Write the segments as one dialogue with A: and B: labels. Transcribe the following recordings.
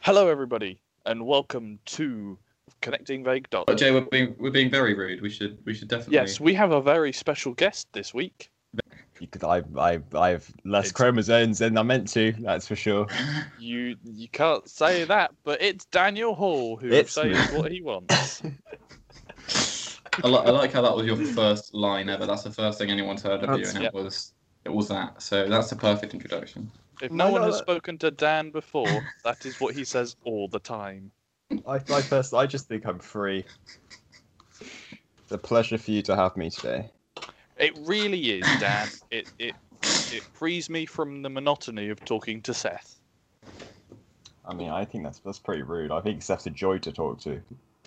A: Hello, everybody, and welcome to Connecting Vague
B: But
A: Dots.
B: Jay, we're being we're being very rude. We should we should definitely.
A: Yes, we have a very special guest this week.
C: Because I, I, I have less
A: It's-
C: chromosomes than I meant to. That's for sure.
A: You you can't say that, but it's Daniel Hall who
C: It's
A: says what he wants.
B: I, li- I like how that was your first line ever. That's the first thing anyone's heard of you,
C: That's-
B: and
A: yeah.
B: it was it was that. So that's the perfect introduction.
A: If no one has
C: Well, uh,
A: spoken to Dan before, that is what he says all the time.
C: I, I first, I just think I'm free. It's a pleasure for you to have me today.
A: It really is, Dan. It it it frees me from the monotony of talking to Seth.
C: I mean, I think that's that's pretty rude. I think Seth's a joy to talk to.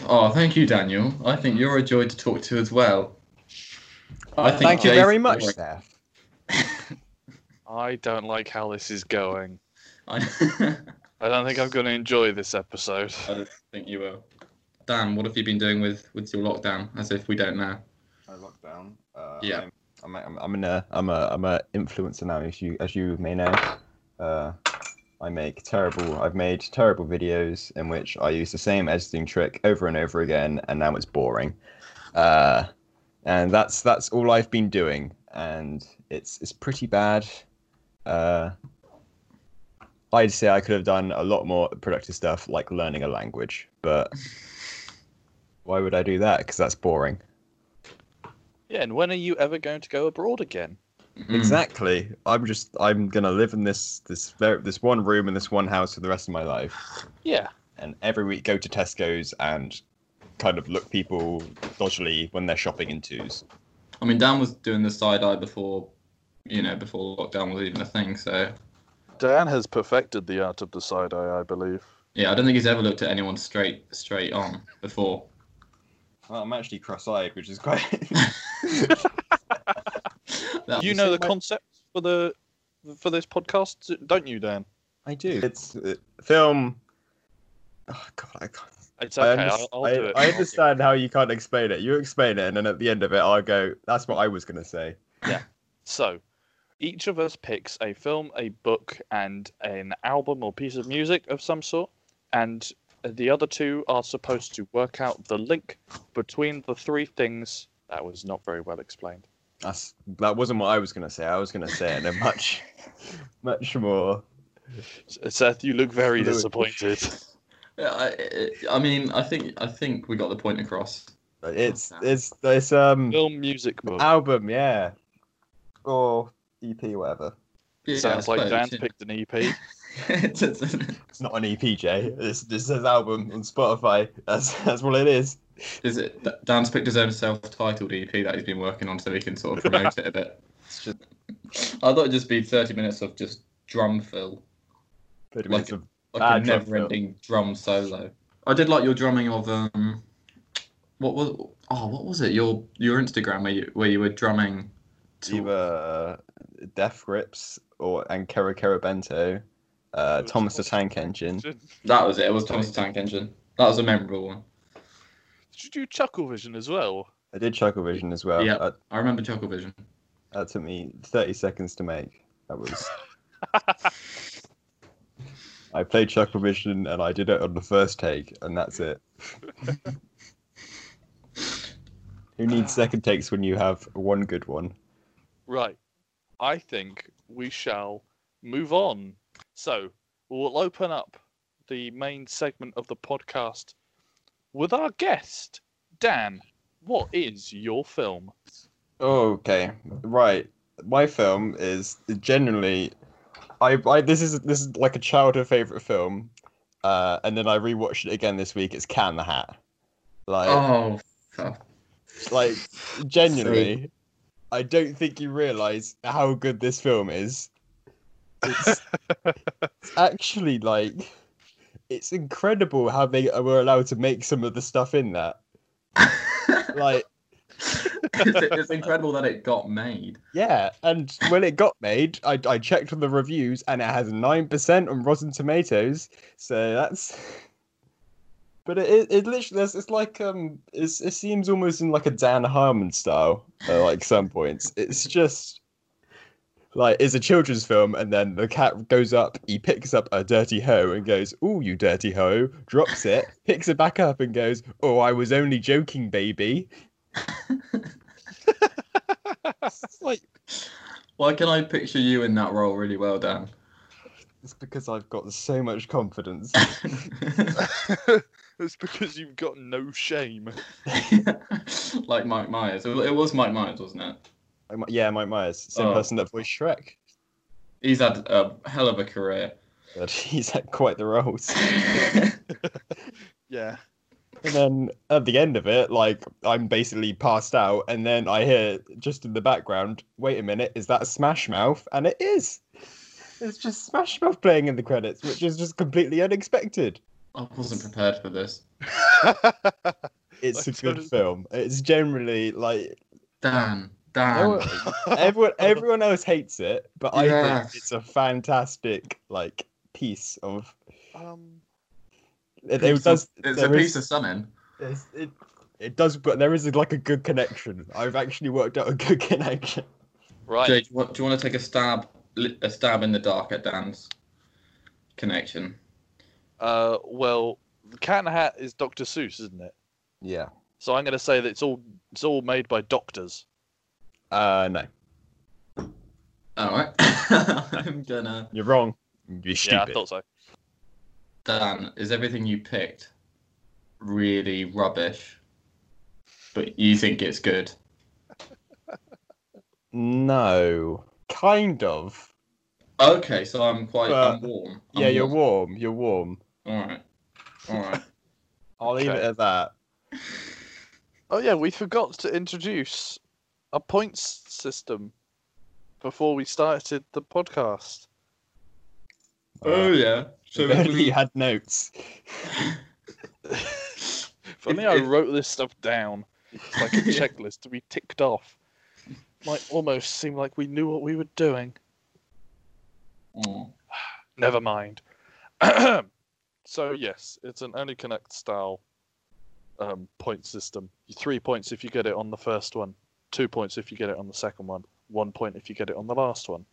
B: Oh, thank you, Daniel. I think you're a joy to talk to as well. I think
C: Uh, Thank you
B: Jay's-
C: very much, Seth.
A: I don't like how this is going.
B: I
A: I don't think I'm going to enjoy this episode.
B: I don't think you will. Dan, what have you been doing with with your lockdown? As if we don't know.
C: I locked down. Uh,
B: Yeah.
C: I'm, I'm, I'm, an, uh, I'm a, I'm a influencer now, as you, as you may know. Uh, I make terrible, I've made terrible videos in which I use the same editing trick over and over again, and now it's boring. Uh, and that's, that's all I've been doing, and it's, it's pretty bad. Uh, I'd say I could have done a lot more productive stuff, like learning a language, but why would I do that? Because that's boring.
A: Yeah, and when are you ever going to go abroad again?
B: Mm.
C: Hmm. Exactly. I'm just I'm gonna live in this this ver- this one room in this one house for the rest of my life,
A: Yeah,
C: and every week go to Tesco's and kind of look people dodgily when they're shopping in twos.
B: I mean, Dan was doing the side eye before, you know, before lockdown was even a thing. So
A: Dan has perfected the art of the side eye, I believe.
B: yeah, I don't think he's ever looked at anyone straight straight on before.
C: Well, I'm actually cross-eyed, which is quite.
B: That
A: you
B: was-
A: know the
C: my-
A: concept for the for this podcast, don't you, Dan?
C: I do. It's uh, film. Oh God, I can't.
A: It's
C: I,
A: okay.
C: under-
A: I'll, I'll
C: I-
A: do it.
C: I
A: I'll do it.
C: understand how you can't explain it. You explain it, and then at the end of it, I'll go. That's what I was gonna say.
A: So, each of us picks a film, a book, and an album or piece of music of some sort, and the other two are supposed to work out the link between the three things. That was not very well explained.
C: That's that wasn't what I was gonna say. I was gonna say it in a much, much more.
A: S- Seth, you look very
C: Fluid.
A: disappointed.
B: Yeah, I, I- I mean, I think I think we got the point across.
C: It's
B: that?
C: it's it's um
A: film, music, book.
C: album, yeah, or EP, whatever.
B: Yeah,
A: Sounds
B: I
A: like
B: suppose,
A: Dan's
B: yeah.
A: picked an E EP.
B: It's- it's-
C: It's not an EP, Jay. This this says album on Spotify. That's that's what it is.
B: is it, Dan's picked his own self-titled EP that he's been working on, so he can sort of promote it a bit.
C: It's just
B: I thought it'd just be thirty minutes of just drum fill,
C: thirty
B: Like
C: minutes of
B: like
C: Ah,
B: a
C: drum fill.
B: never-ending drum solo. I did like your drumming of um, what was oh what was it your your Instagram where you where you were drumming to
C: either Death Grips or and Kero Kero Bento, uh, Thomas the Tank Engine.
B: that was it it was Thomas the Tank Engine that was a memorable one.
A: Did you do Chuckle Vision as well?
C: I did Chuckle Vision as well. Uh,
B: Yeah.
C: That,
B: I remember Chuckle Vision.
C: that took me thirty seconds to make. That was. I played Chuckle Vision and I did it on the first take, and that's it. Who needs second takes when you have one good one?
A: Right. I think we shall move on. So we'll open up the main segment of the podcast with our guest, Dan. What is your film?
C: Okay, right. My film is generally, I, I this is this is like a childhood favorite film, uh, and then I rewatched it again this week. It's Can the Hat, like
B: Oh, fuck.
C: like genuinely, I don't think you realize how good this film is. It's, it's actually like, it's incredible how they were allowed to make some of the stuff in that. Like,
B: Oh. it's, it's incredible that it got made.
C: yeah, and when it got made, I, I checked on the reviews and it has 9% on Rotten Tomatoes, so that's. But it, it, it literally, it's, it's like, um, it's, it seems almost in like a Dan Harmon style at like some points. It's just like is a children's film, and then the cat goes up, he picks up a dirty hoe and goes, "Oh, you dirty hoe!" Drops it, picks it back up, and goes, "Oh, I was only joking, baby." It's like
B: Why can I picture you in that role really well, Dan?
C: it's because I've got so much confidence.
A: it's because you've got no shame.
B: like Mike Myers. It wa- it was Mike Myers, wasn't it?
C: Um, yeah, Mike Myers, same
B: Oh.
C: person that voiced Shrek.
B: He's had a hell of a career.
C: But he's had quite the roles.
A: Yeah.
C: And then at the end of it, like I'm basically passed out, and then I hear just in the background, wait a minute, is that Smash Mouth? And it is. It's just Smash Mouth playing in the credits, which is just completely unexpected.
B: I wasn't prepared for this.
C: It's a
A: Like,
C: good
A: totally.
C: film. It's generally like
B: Dan, Dan.
C: no- everyone everyone else hates it, but I
B: Yes.
C: think it's a fantastic like piece of
A: um,
C: it,
B: Piece
C: it
B: of-
C: does
B: it's a
C: there is-
B: piece of something.
C: there's- it, it does but there is like a good connection. I've actually worked out a good connection.
A: right.
B: Jay, do you, want, do you want to take a stab, li- a stab in the dark at Dan's connection?
A: Uh, well, the Cat in the Hat is Dr. Seuss, isn't it?
C: Yeah.
A: So I'm going to say that it's all it's all made by doctors.
C: Uh no.
B: All right. I'm gonna.
C: You're wrong. You're stupid.
A: Yeah, I thought so.
B: Dan, is everything you picked really rubbish? But you think it's good?
C: No. Kind of.
B: Okay, so I'm quite. I'm
C: Well,
B: warm. I'm
C: yeah, you're warm. You're warm.
B: All right. All right.
C: I'll leave it
A: Okay.
C: at that.
A: Oh yeah, we forgot to introduce a points system before we started the podcast.
B: oh
C: Uh,
B: yeah. So
C: if
B: if
C: only you
B: we,
C: had notes.
A: if only I wrote this stuff down. It's like a checklist to be ticked off. Might almost seem like we knew what we were doing.
B: Mm.
A: Never mind. so yes, it's an only connect style um, point system. Three points if you get it on the first one. Two points if you get it on the second one. One point if you get it on the last one.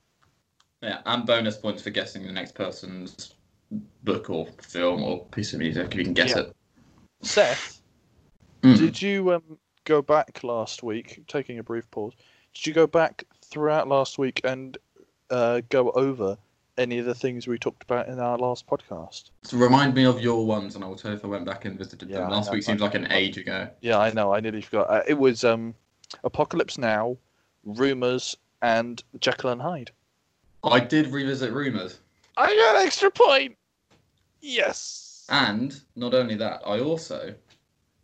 B: yeah, and bonus points for guessing the next person's book or film or piece of music if you can guess
A: Yeah.
B: it.
A: Seth,
B: Mm.
A: did you um, go back last week? Taking a brief pause. Did you go back throughout last week and uh, go over any of the things we talked about in our last podcast?
B: So remind me of your ones, and I will tell you if I went back and visited
C: Yeah,
B: them. Last
C: I
B: week
C: have
B: seemed
C: mine.
B: like an age ago.
A: Yeah, I know. I nearly forgot. Uh, it was um, Apocalypse Now, Rumors, and Jekyll and Hyde.
B: I did revisit Rumours,
A: I got an extra point. Yes.
B: and not only that, I also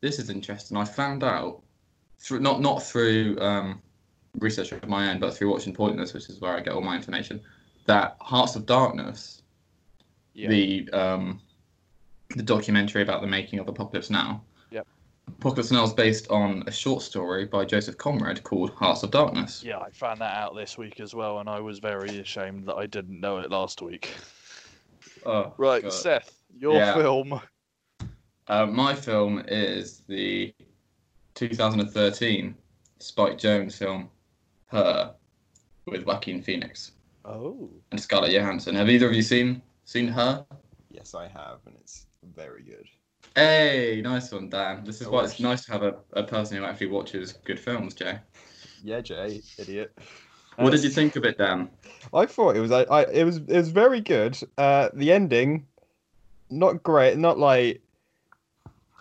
B: this is interesting. I found out through not not through um, research of my own, but through watching Pointless, which is where I get all my information, that Hearts of Darkness
A: Yeah.
B: the um, the documentary about the making of Apocalypse Now.
A: Yep.
B: Apocalypse Now is based on a short story by Joseph Conrad called Hearts of Darkness.
A: yeah, I found that out this week as well, and I was very ashamed that I didn't know it last week.
B: Oh,
A: Right,
B: God.
A: Seth, your
B: Yeah.
A: film.
B: Uh, my film is the 2013 Spike Jones film Her with Joaquin Phoenix
A: Oh.
B: and Scarlett Johansson. Have either of you seen seen Her?
C: Yes, I have, and it's very good.
B: Hey, nice one, Dan. This is
C: I
B: why it's
C: watched-
B: nice to have a, a person who actually watches good films, Jay.
C: Yeah, Jay, idiot.
B: What did you think of it, Dan?
C: I thought it was I, I it was it was very good. Uh the ending not great, not like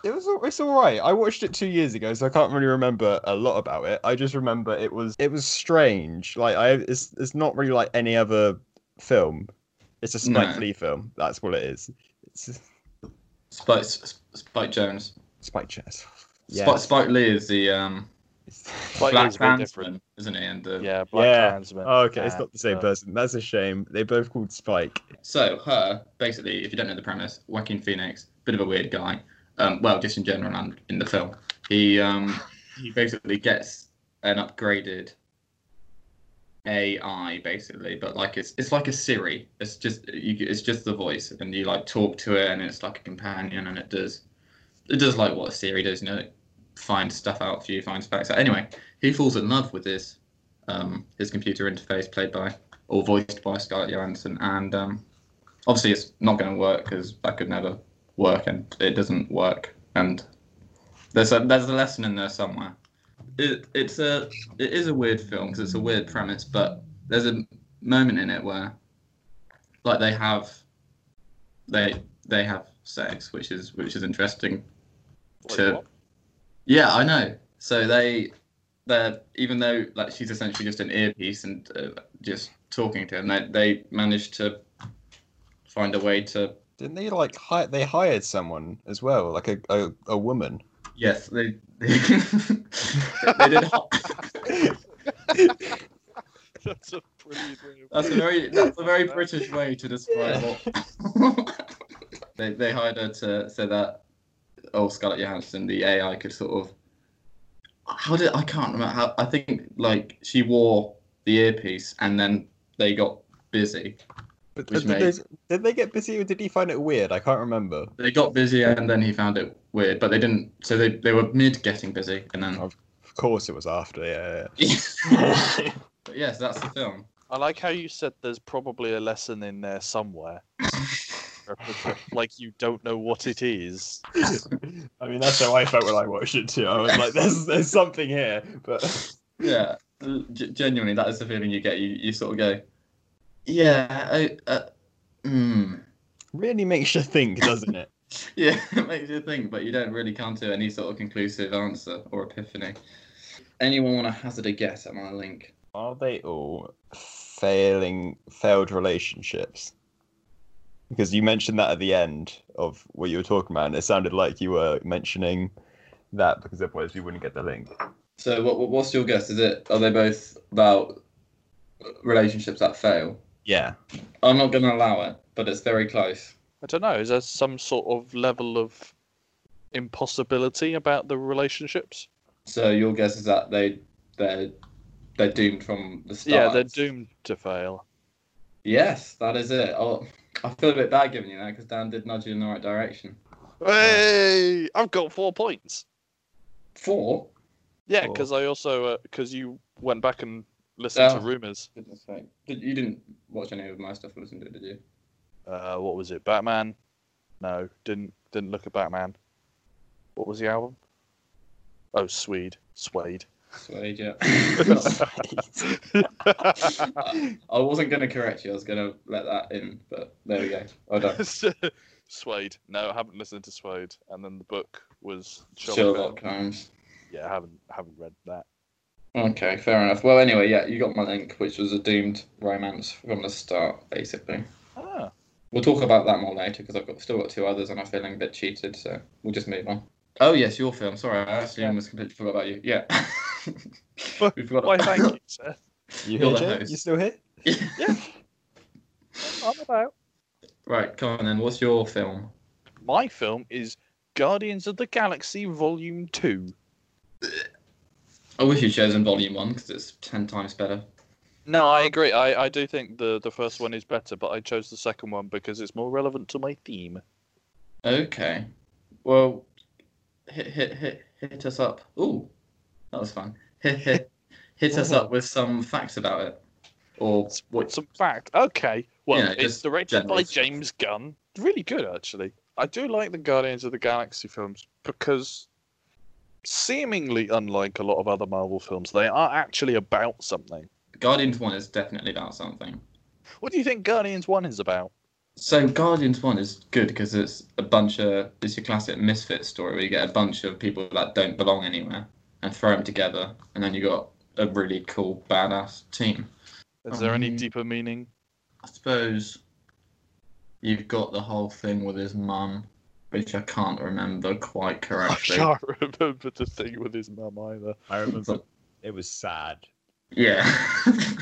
C: it was al- it's all right. I watched it 2 years ago, so I can't really remember a lot about it. I just remember it was it was strange. Like I it's it's not really like any other film. It's a Spike
B: No.
C: Lee film. That's what it is. It's
B: Spike, S- Spike Jones.
C: Spike Chess.
B: Spike, Spike Lee is the um,
A: Spike
B: Black
A: Lee's very
B: Klansman,
A: different.
B: isn't he? And the,
A: Yeah, Black
C: Yeah.
A: Klansman.
C: Oh, okay, it's not the same
A: Uh,
C: person. That's a shame. They both called Spike.
B: So her, basically, if you don't know the premise, Joaquin Phoenix, bit of a weird guy. Um, well, just in general and in the film, he um, he basically gets an upgraded AI, basically, but like it's it's like a Siri. It's just you, it's just the voice, and you like talk to it, and it's like a companion, and it does it does like what a Siri does, you know, it finds stuff out for you, finds facts out. Anyway, he falls in love with this um, his computer interface played by all voiced by Scarlett Johansson. And um, obviously, it's not going to work because that could never work, and it doesn't work. And there's a there's a lesson in there somewhere. It it's a it is a weird film because it's a weird premise, but there's a moment in it where like they have they they have sex, which is which is interesting.
A: Wait,
B: to
A: what?
B: yeah, I know. So they, they're even though like she's essentially just an earpiece and uh, just talking to him, they they managed to find a way to.
C: Didn't they like hire? They hired someone as well, like a a, a woman.
B: Yes, they they, did.
A: That's a brilliant way of
B: That's a very that's a very British way to describe what. they they hired her to so that old Scarlett Johansson, the AI, could sort of. How did I can't remember how I think like she wore the earpiece and then they got busy
C: But uh,
B: Which
C: did,
B: made-
C: they, did they get busy or did he find it weird? I can't remember.
B: they got busy and then he found it weird but they didn't so they, they were mid getting busy and then
C: Of course, it was after. Yeah,
B: but yes that's the film
A: I like how you said there's probably a lesson in there somewhere. like you don't know what it is.
C: yeah. I mean, that's how I felt when I watched it too. I was like, "There's there's something here," but
B: yeah G- genuinely that is the feeling you get you, you sort of go yeah I, uh, mm.
C: really makes you think, doesn't it?
B: yeah it makes you think but you don't really come to any sort of conclusive answer or epiphany anyone want to hazard a guess at my link
C: Are they all failing failed relationships? Because you mentioned that at the end of what you were talking about, and it sounded like you were mentioning that because otherwise we wouldn't get the link.
B: so what, what- what's your guess is it are they both about relationships that fail
C: Yeah.
B: i'm not going to allow it but it's very close
A: I don't know. Is there some sort of level of impossibility about the relationships?
B: So your guess is that they they they're doomed from the start.
A: Yeah, they're doomed to fail.
B: Yes, that is it. Oh, I feel a bit bad giving you that because Dan did nudge you in the right direction.
A: Hey, I've got four points.
B: Four.
A: Yeah,
C: Cool.
A: because I also because you went back and listened
B: Oh.
A: to rumors.
B: Goodness sake. Did, you didn't watch any of my stuff or listen to it, did you?
A: Uh, what was it? Batman? No, didn't didn't look at Batman. What was the album? Oh, Swede, Swede.
B: Suede, yeah. I, I wasn't going to correct you. I was going to let that in, but there we go. Well done.
A: Swade. No, I haven't listened to Swade. And then the book was Sherlock. Holmes.
B: Sherlock Holmes.
A: Yeah, I haven't haven't read that.
B: Okay, fair enough. Well, anyway, yeah, you got my link, which was a doomed romance from the start, basically.
A: Ah,
B: We'll talk about that more later because I've got still got two others and I'm feeling a bit cheated, so we'll just move on. Oh yes, your film. Sorry, I actually
A: Yeah.
B: almost completely forgot about you. Yeah. we forgot.
A: why? Thank you, sir.
C: You
B: You're
C: here,
B: the
C: Jay?
B: host.
C: You still here?
A: I'm about.
B: Right, come on then. What's your film?
A: My film is Guardians of the Galaxy Volume Two.
B: I wish you'd chosen Volume One because it's ten times better.
A: No, I agree. I, I do think the, the first one is better, but I chose the second one because it's more relevant to my theme.
B: Okay. Well, hit hit hit hit us up. Ooh, that was fun. Hit hit hit us up with some facts about it, or what?
A: Some fact. Okay. Well,
B: Yeah,
A: it's
B: just
A: directed by
B: generally.
A: James Gunn. Really good, actually. I do like the Guardians of the Galaxy films because, seemingly unlike a lot of other Marvel films, they are actually about something.
B: Guardians One is definitely about something.
A: What do you think Guardians 1 is about?
B: So Guardians One is good because it's a bunch of it's your classic misfit story where you get a bunch of people that don't belong anywhere and throw them together, and then you got a really cool badass team.
A: Is there any
B: Um,
A: deeper meaning?
B: I suppose you've got the whole thing with his mum, which I can't remember quite
A: I
B: correctly.
A: can't remember the thing with his mum either.
C: I remember.
B: So-
C: It was sad.
B: Yeah.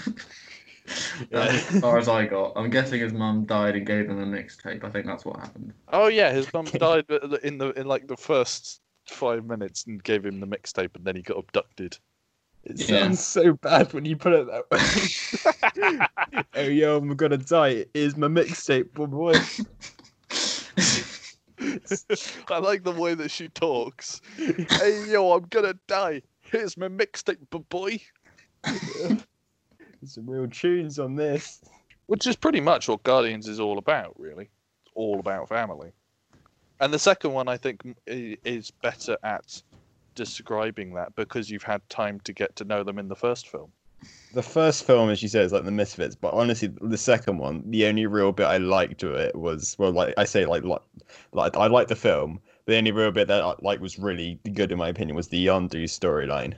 B: That's as far as I got. I'm guessing his mum died and gave him a mixtape. I think that's what happened.
A: Oh yeah, his mum died at the- in the in like the first five minutes and gave him the mixtape, and then he got abducted.
C: It
B: Yeah.
C: sounds so bad when you put it that way. oh yo, I'm gonna die. Here's my mixtape, boy, boy.
A: I like the way that she talks. hey yo, I'm gonna die. Here's my mixtape, b- boy.
C: some real tunes on this.
A: which is pretty much what Guardians is all about, really. It's all about family. And the second one, I think, m- i- is better at describing that because you've had time to get to know them in the first film.
C: The first film, as you said, is like the Misfits, but honestly, the second one, the only real bit I liked to it was well, like I say, like like, like I liked the film. The only real bit that I, like was really good in my opinion was the Yondu storyline.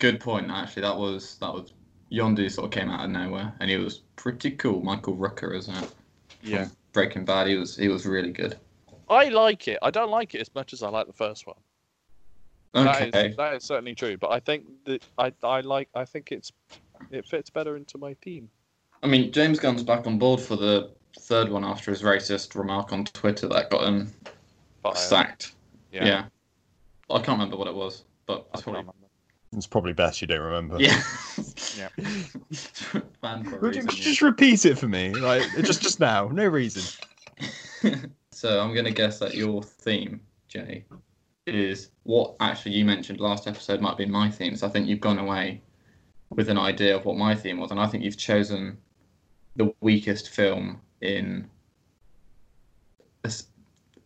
B: Good point. Actually, that was that was Yondu sort of came out of nowhere, and he was pretty cool. Michael Rooker, isn't it?
A: Yeah.
B: Breaking Bad. He was he was really good.
A: I like it. I don't like it as much as I like the first one.
B: Okay.
A: That, is, that is certainly true. But I think that I, I like. I think it's it fits better into my theme.
B: I mean, James Gunn's back on board for the third one after his racist remark on Twitter that got him
A: But, uh,
B: sacked. Yeah.
A: yeah.
B: I can't remember what it was, but
A: I
B: it's
A: can't
B: probably
A: remember.
C: It's probably best you don't remember.
B: yeah.
A: Yeah.
B: Banned for a
C: Would you,
B: reason,
C: could you
B: yeah.
C: just repeat it for me? Like just just now, no reason.
B: so I'm gonna guess that your theme, Jay, is what actually you mentioned last episode might be my theme. So I think you've gone away with an idea of what my theme was, and I think you've chosen the weakest film in. this-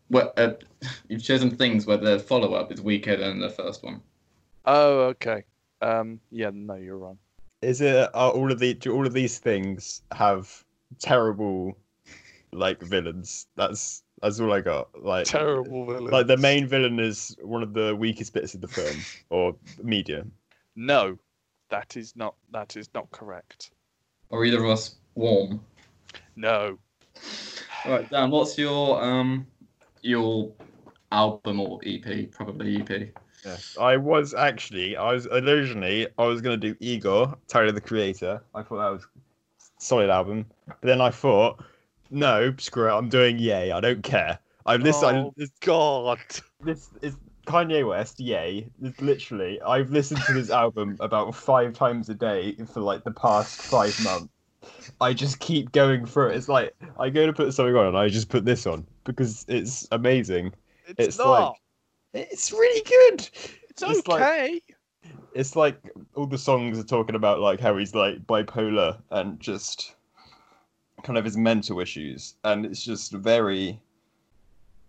B: What uh, you've chosen things where the follow up is weaker than the first one.
A: Oh, okay. Um, yeah. No, you're wrong.
C: Is it are all of the do all of these things have terrible like villains? That's that's all I got. Like
A: Terrible villain.
C: Like the main villain is one of the weakest bits of the film or media.
A: No, that is not. That is not correct.
B: Or either of us warm.
A: No.
B: All right, Dan. What's your um your album or EP? Probably E EP.
C: Yes, I was actually, I was originally, I was gonna do Igor, Tyler the Creator. I thought that was solid album, but then I thought, no, screw it, I'm doing Yay. I don't care. I listened.
A: Oh,
C: this,
A: God.
C: this is Kanye West. Yay. This, literally, I've listened to this album about five times a day for like the past five months. I just keep going through it. It's like I go to put something on, and I just put this on because it's amazing.
A: It's,
C: It's
A: not.
C: like- It's really good.
A: it's
C: it's like-
A: okay.
C: it's like all the songs are talking about like how he's like bipolar and just kind of his mental issues and it's just very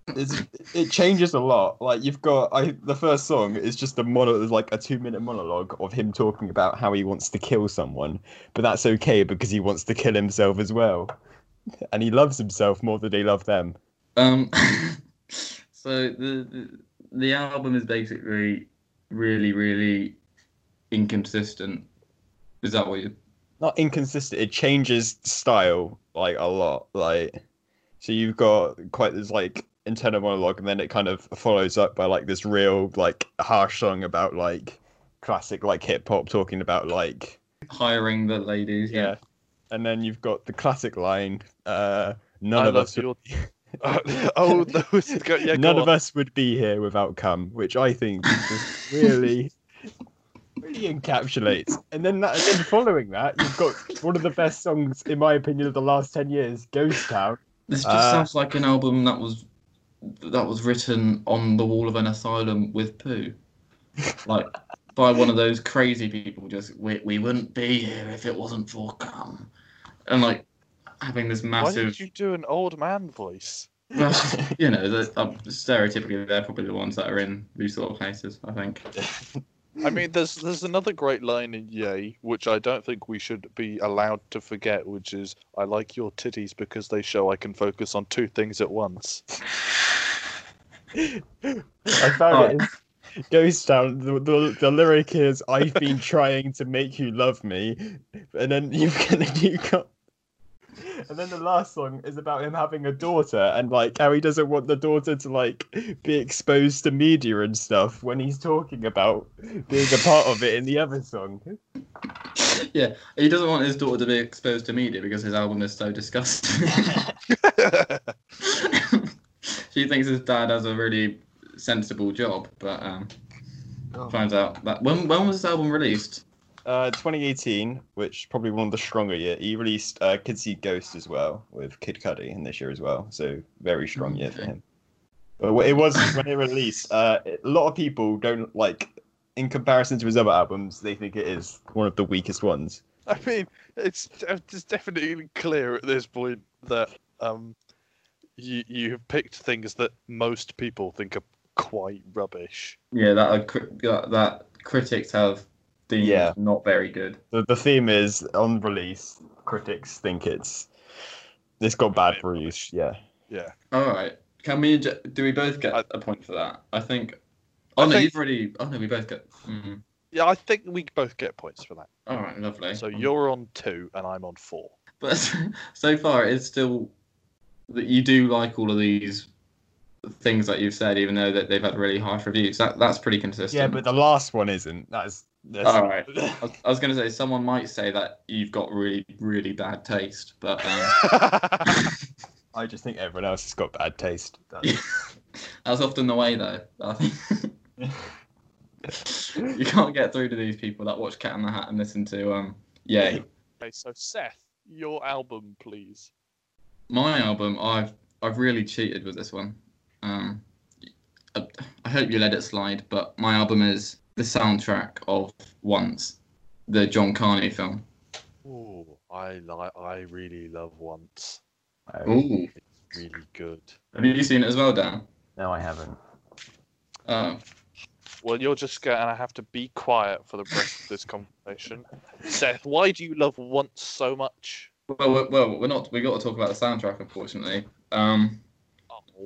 C: it's, it changes a lot like you've got i the first song is just a mono is like a two minute monologue of him talking about how he wants to kill someone but that's okay because he wants to kill himself as well and he loves himself more than he loves them
B: Um, so the, the the album is basically really really inconsistent. Is that what you?
C: not inconsistent. It changes style like a lot. Like so, you've got quite this like internal monologue, and then it kind of follows up by like this real like harsh song about like classic like hip hop, talking about like
B: Hiring the ladies.
C: yeah. And then you've got the classic line: uh, "None
A: I
C: of
A: love
C: us,
A: your. oh, those. Go, yeah,
C: none
A: go
C: of
A: on.
C: us would be here without cum," which I think is just really. Really encapsulates, and then that, and then following that, you've got one of the best songs, in my opinion, of the last ten years, "Ghost Town."
B: This just
C: Uh,
B: sounds like an album that was that was written on the wall of an asylum with poo, like by one of those crazy people. Just we we wouldn't be here if it wasn't for cum, and like having this
A: Why
B: massive.
A: did you do an old man voice?
B: Well, you know, the, um, stereotypically, they're probably the ones that are in these sort of places. I think.
A: I mean, there's there's another great line in Yay, which I don't think we should be allowed to forget, which is I like your titties because they show I can focus on two things at once.
C: I found it it. Ghost Town. The, the, the lyric is, "I've been trying to make you love me," and then you've got you got. And then the last song is about him having a daughter and like how he doesn't want the daughter to like be exposed to media and stuff when he's talking about being a part of it in the other song.
B: Yeah, he doesn't want his daughter to be exposed to media because his album is so disgusting. she thinks his dad has a really sensible job, but um, finds out that when when was this album released?
C: Uh, 2018, which is probably one of the stronger year. He released uh, Kid See Ghost as well with Kid Cudi in this year as well. So very strong year for
B: Okay.
C: him. But what it was when it released. Uh, a lot of people don't like, in comparison to his other albums, they think it is one of the weakest ones.
D: I mean, it's it's definitely clear at this point that um, you you have picked things that most people think are quite rubbish.
B: Yeah, that, uh, cri- that that critics have deemed
C: Yeah.
B: not very good.
C: The, the theme is on release. Critics think it's it's got bad reviews. Yeah.
D: Yeah,
B: All right, can we? ju- Do we both get
D: I-
B: a point for that? I think. Oh
D: I
B: no,
D: think-
B: you've already. Oh no, we both get. Mm.
D: yeah. I think we both get points for that.
B: All right, lovely.
D: So
B: Um,
D: you're on two, and I'm on four.
B: But so far, it's still that you do like all of these things that you've said, even though that they've had really harsh reviews. That that's pretty consistent.
C: Yeah, but the last one isn't. That's. that's
B: All right. I was, I was going to say someone might say that you've got really really bad taste, but um,
C: I just think everyone else has got bad taste.
B: Yeah. that's often the way though. I think you can't get through to these people that watch Cat in the Hat and listen to um yeah
A: Okay, so Seth, your album, please.
B: my album I've I've really cheated with this one. Um, I, I hope you let it slide, but my album is the soundtrack of Once, the John Carney film.
D: Ooh, I like. I really love once.
C: No,
B: Ooh,
D: It's really good.
B: have you seen it as well, Dan?
C: no, I haven't.
B: Oh,
A: Well, you're just going to have to be quiet for the rest of this conversation. Seth, why do you love Once so much?
B: well, well, well, we're not. We got to talk about the soundtrack, unfortunately. Um,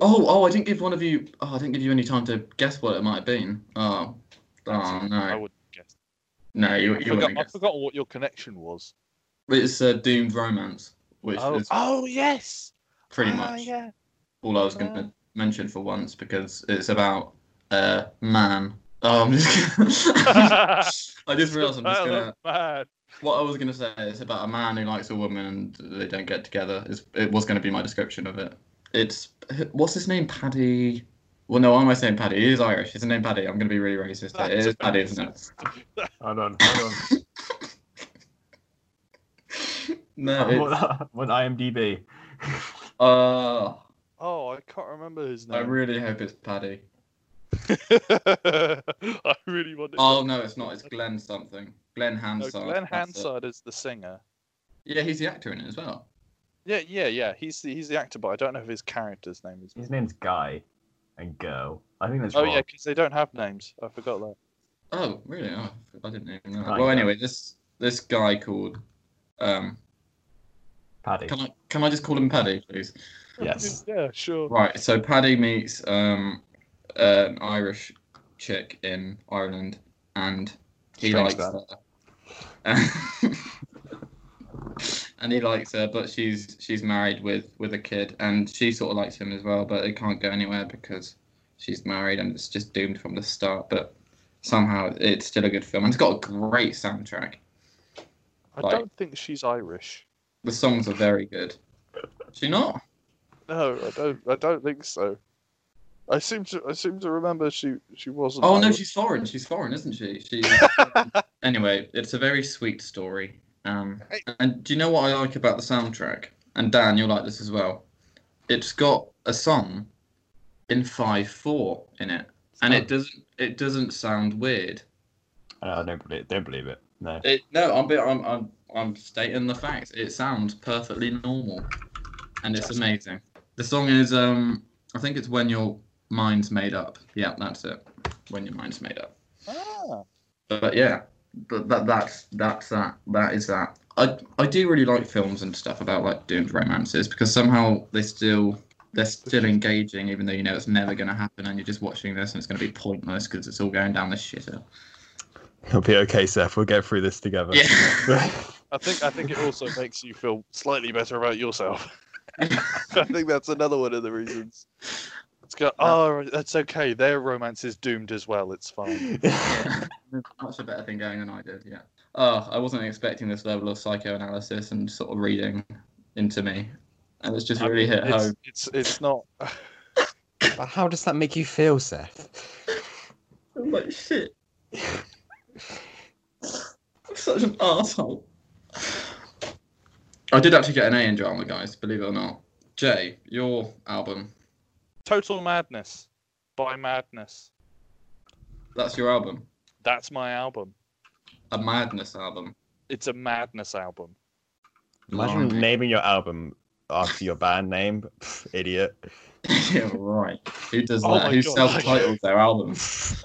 B: oh, oh, I didn't give one of you. Oh, I didn't give you any time to guess what it might have been. Oh, oh
A: I
B: no,
A: would guess.
B: no, you,
A: I
B: you wouldn't
A: forgot, I've
B: guess.
A: forgotten what your connection was.
B: It's uh, Doomed Romance, which
A: Oh,
B: is
A: oh yes.
B: pretty
A: Ah,
B: much.
A: yeah.
B: all I was going to mention for once because it's about a man. Oh, I'm just. Gonna... I just realised I'm just gonna.
A: Man.
B: What I was gonna say is about a man who likes a woman and they don't get together. Is it was gonna be my description of it. It's what's his name, Paddy? Well, no, why am I saying Paddy? He is Irish. His name Paddy. I'm gonna be really racist. here. It
D: That's
B: is Paddy, isn't it?
C: Hold on, hold
B: No.
C: on.
B: It,
C: what, what IMDb?
B: uh,
D: Oh, I can't remember his
B: I
D: name.
B: really hope it's Paddy.
D: I really want to.
B: Oh no, it's not. It's Glenn something. Glenn
A: No,
B: Hansard.
A: Glenn
B: That's it.
A: Hansard is the singer.
B: Yeah, he's the actor in it as well.
A: Yeah, yeah, yeah. He's the, he's the actor, but I don't know if his character's name is.
C: His name's Guy, and Girl. I think that's
A: Oh
C: wrong.
A: yeah, because they don't have names. I forgot that.
B: Oh, really? Oh, I didn't even know.
C: Like
B: well,
C: that.
B: anyway, this this guy called. Um,
C: Paddy.
B: can I can I just call him Paddy, please?
C: Yes.
A: Yeah, sure.
B: Right. So Paddy meets um, an Irish chick in Ireland, and he
C: Strange
B: likes her. and he likes her, but she's she's married with with a kid, and she sort of likes him as well, but they can't go anywhere because she's married, and it's just doomed from the start. But somehow it's still a good film, and it's got a great soundtrack.
A: I
B: Right.
A: don't think she's Irish.
B: The songs are very good. Do you not?
D: No, I don't. I don't think so. I seem to. I seem to remember she. She wasn't.
B: Oh no,
D: Irish.
B: she's foreign. She's foreign, isn't she? She. anyway, it's a very sweet story. Um, and do you know what I like about the soundtrack? And Dan, you'll like this as well. It's got a song in five four in it, and it doesn't. It doesn't sound weird.
C: I don't believe. Don't believe it. No.
B: It no, I'm be- I'm I'm I'm stating the facts. It sounds perfectly normal, and it's amazing. The song is um I think it's when your mind's made up. Yeah, that's it. When your mind's made up.
A: Ah,
B: But yeah, but that that's that's that that is that. I I do really like films and stuff about like doomed romances because somehow they still they're still engaging even though you know it's never going to happen and you're just watching this and it's going to be pointless because it's all going down the shitter.
C: It'll be okay, Seth. We'll get through this together.
B: Yeah.
D: I think. I think it also makes you feel slightly better about yourself. I think that's another one of the reasons.
A: it's got. Oh, that's okay. Their romance is doomed as well. It's fine.
B: Much a better thing going than I did, yeah. Oh, I wasn't expecting this level of psychoanalysis and sort of reading into me. And it's just
A: I
B: really
A: mean,
B: hit
A: it's,
B: home.
A: It's it's not.
C: But how does that make you feel, Seth?
B: I'm like, shit. I'm such an asshole. I did actually get an A in drama, guys, believe it or not. Jay, your album.
A: Total Madness by Madness.
B: That's your album.
A: That's my album.
B: A madness album.
A: it's a madness album. Oh,
C: Imagine
B: Blimey.
C: naming your album after your band name, Pff, idiot.
B: yeah, right. Who does
D: Oh
B: that?
D: my
B: Who
D: God.
B: self-titles their albums?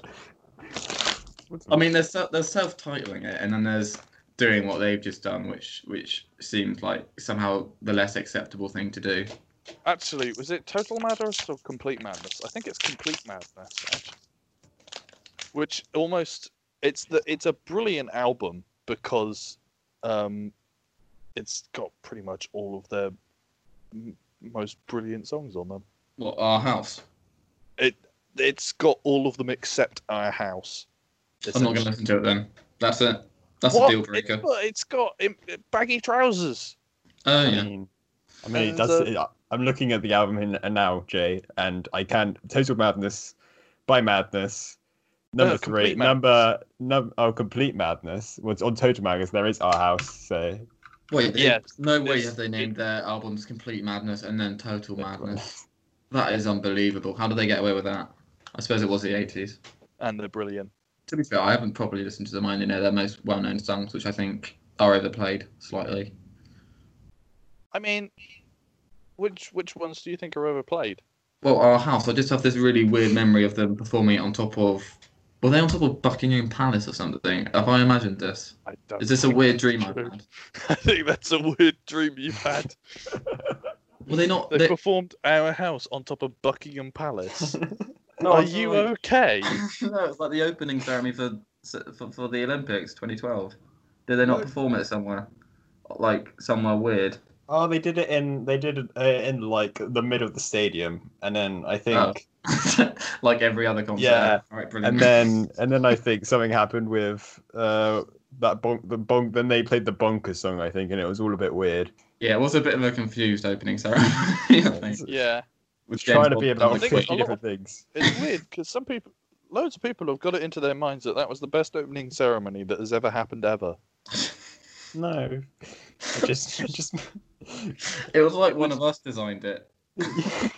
B: I mean, there's se- there's self-titling it, and then there's doing what they've just done, which which seems like somehow the less acceptable thing to do.
A: Actually, was it Total Madness or Complete Madness? I think it's Complete Madness. Actually. Which almost it's the it's a brilliant album because um, it's got pretty much all of their m- most brilliant songs on them.
B: What our house?
A: It's got all of them except Our House.
B: I'm not going to listen to it then. That's it. That's
A: What?
B: a deal breaker.
A: It's got, it's got im- baggy trousers.
B: Oh
C: I
B: yeah.
C: mean, I mean, it
A: And,
C: does.
A: uh,
C: It, I'm looking at the album in, and now, Jay, and I can Total Madness by Madness. Number
A: No, Complete
C: three,
A: Madness.
C: number num oh, complete madness. Well, it's on Total Madness. There is our house, so
B: Wait, they-
A: Yeah,
B: no way
A: there's-
B: have they named their albums Complete Madness and then Total Madness. That is unbelievable. How did they get away with that? I suppose it was the 80s.
A: And they're brilliant.
B: To be fair, I haven't probably listened to them. I only know their most well known songs, which I think are overplayed slightly.
A: I mean, which which ones do you think are overplayed?
B: Well, Our House, I just have this really weird memory of them performing it on top of. Were they on top of Buckingham Palace or something? Have I imagined this?
A: I don't
B: Is this a
A: think
B: weird
A: that's
B: dream I've
A: true.
B: had?
A: I think that's a weird dream you've had.
B: Were they not.
A: They
B: They,
A: performed Our House on top of Buckingham Palace.
B: no,
A: Are
B: it's
A: you
B: like-
A: okay?
B: no, it's like the opening ceremony for, for for the Olympics 2012. Did they not
C: No.
B: perform it somewhere, like somewhere weird?
C: Oh, they did it in they did it uh, in like the middle of the stadium, and then I think,
B: Oh. like every other concert.
C: Yeah.
B: All right, brilliant.
C: and then and then I think something happened with uh that bonk the bonk. Then they played the bonkers song, I think, and it was all a bit weird.
B: yeah, it was a bit of a confused opening ceremony. I think.
A: Yeah,
C: was
B: James
C: trying to be
B: Bond
C: about
A: I think a
C: fifty
A: lot
C: different things.
A: it's weird because some people, loads of people, have got it into their minds that that was the best opening ceremony that has ever happened ever.
C: No, I just I just.
B: It was like one of us designed it. Like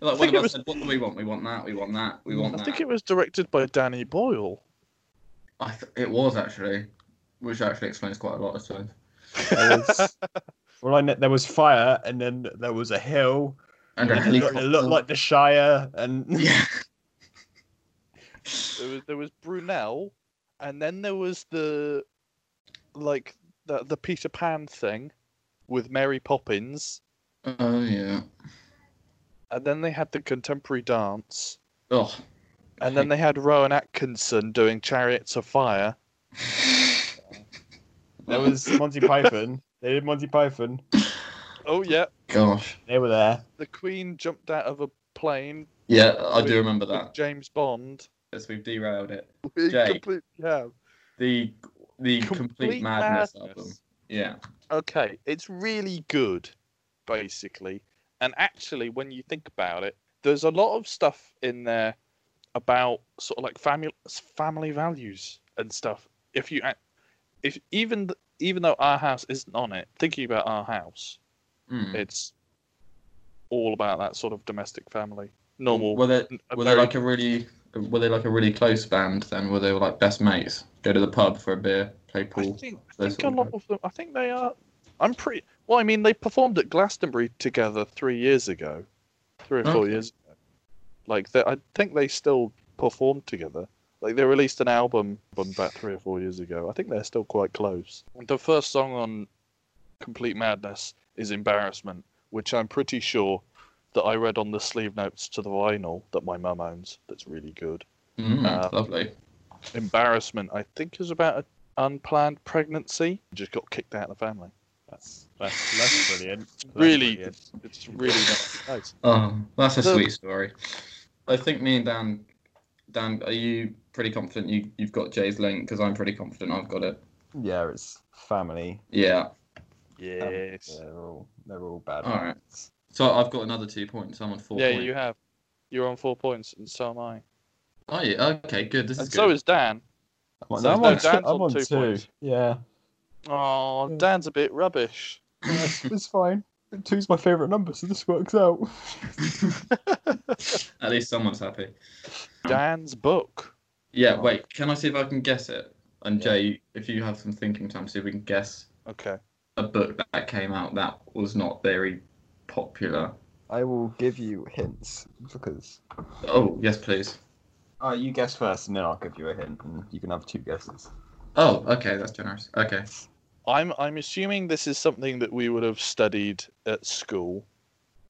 B: one
A: think
B: of
A: it
B: us
A: was-
B: said, "What do we want? We want that. We want that. We want
A: I
B: that."
A: think it was directed by Danny Boyle.
B: I th- it was actually, which actually explains quite a lot of times.
C: there was, well, I know, there was fire, and then there was a hill.
B: And
C: And
B: a
C: it looked, it
B: helicopter.
C: looked like the Shire, and
B: yeah.
A: There was there was Brunel, and then there was the, like the the Peter Pan thing, with Mary Poppins,
B: Oh yeah.
A: and then they had the contemporary dance.
B: Oh.
A: And then they had Rowan Atkinson doing Chariots of Fire.
C: there was Monty Python. They did Monty Python.
A: Oh yeah,
B: Gosh.
C: They were there.
A: the Queen jumped out of a plane
B: Yeah, I do
A: With-
B: remember
A: with
B: that.
A: James Bond.
B: Yes, we've derailed it.
A: We
B: Ah. Jake.
A: completely have
B: The the complete, madness, album. Yeah.
A: Okay, it's really good, basically. And actually, when you think about it, there's a lot of stuff in there about sort of like family family values and stuff. If you, ac- if even th- even though our house isn't on it, thinking about our house,
B: Mm.
A: it's all about that sort of domestic family, normal.
B: Were they
A: a
B: were they
A: very-
B: like a really were they like a really close band then? Were they like best mates? Go to the pub for a beer, play
A: I
B: pool.
A: think, I
B: Those
A: think a
B: sort of
A: lot of them. I think they are. I'm pretty. Well, I mean, they performed at Glastonbury together three years ago, three or four
B: Okay.
A: years. ago. Like they, I think they still performed together. Like they released an album from about three or four years ago. I think they're still quite close. The first song on Complete Madness is "Embarrassment," which I'm pretty sure that I read on the sleeve notes to the vinyl that my mum owns. That's really good.
B: Mm,
A: Uh,
B: lovely.
A: Embarrassment, I think, is about an unplanned pregnancy. Just got kicked out of the family.
C: That's that's, that's brilliant. That's
A: really,
C: brilliant.
A: it's really not nice.
B: Oh, that's a
A: the-
B: sweet story. I think me and Dan, Dan, are you pretty confident you you've got Jay's link? Because I'm pretty confident I've got it.
C: Yeah, it's family.
B: Yeah.
A: Yes.
C: They're all they're all bad.
B: All right.
C: ones.
B: So I've got another two points. I'm on four.
A: yeah,
B: points.
A: you have. You're on four points, and so am I.
B: Are you Oh, okay? Good. This is
A: And
B: good.
A: so is Dan.
C: I'm on,
A: So
C: I'm
A: no,
C: on, two-
A: Dan's
C: I'm
A: on
C: on
A: two
C: two.
A: points.
C: Yeah,
A: Oh,
C: Yeah.
A: Dan's a bit rubbish.
C: Yeah, it's fine. Two's my favorite number, so this works out.
B: At least someone's happy.
A: Dan's book.
B: Yeah.
C: Oh.
A: Oh.
B: Wait. Can I see if I can guess it? And Jay, if you have some thinking time, see if we can guess
D: Okay.
B: a book that came out that was not very popular.
C: I will give you hints because.
B: Oh, yes, please.
C: Uh, you guess first, and then I'll give you a hint, and you can have two guesses.
B: Oh, okay, that's generous. Okay.
D: I'm I'm assuming this is something that we would have studied at school.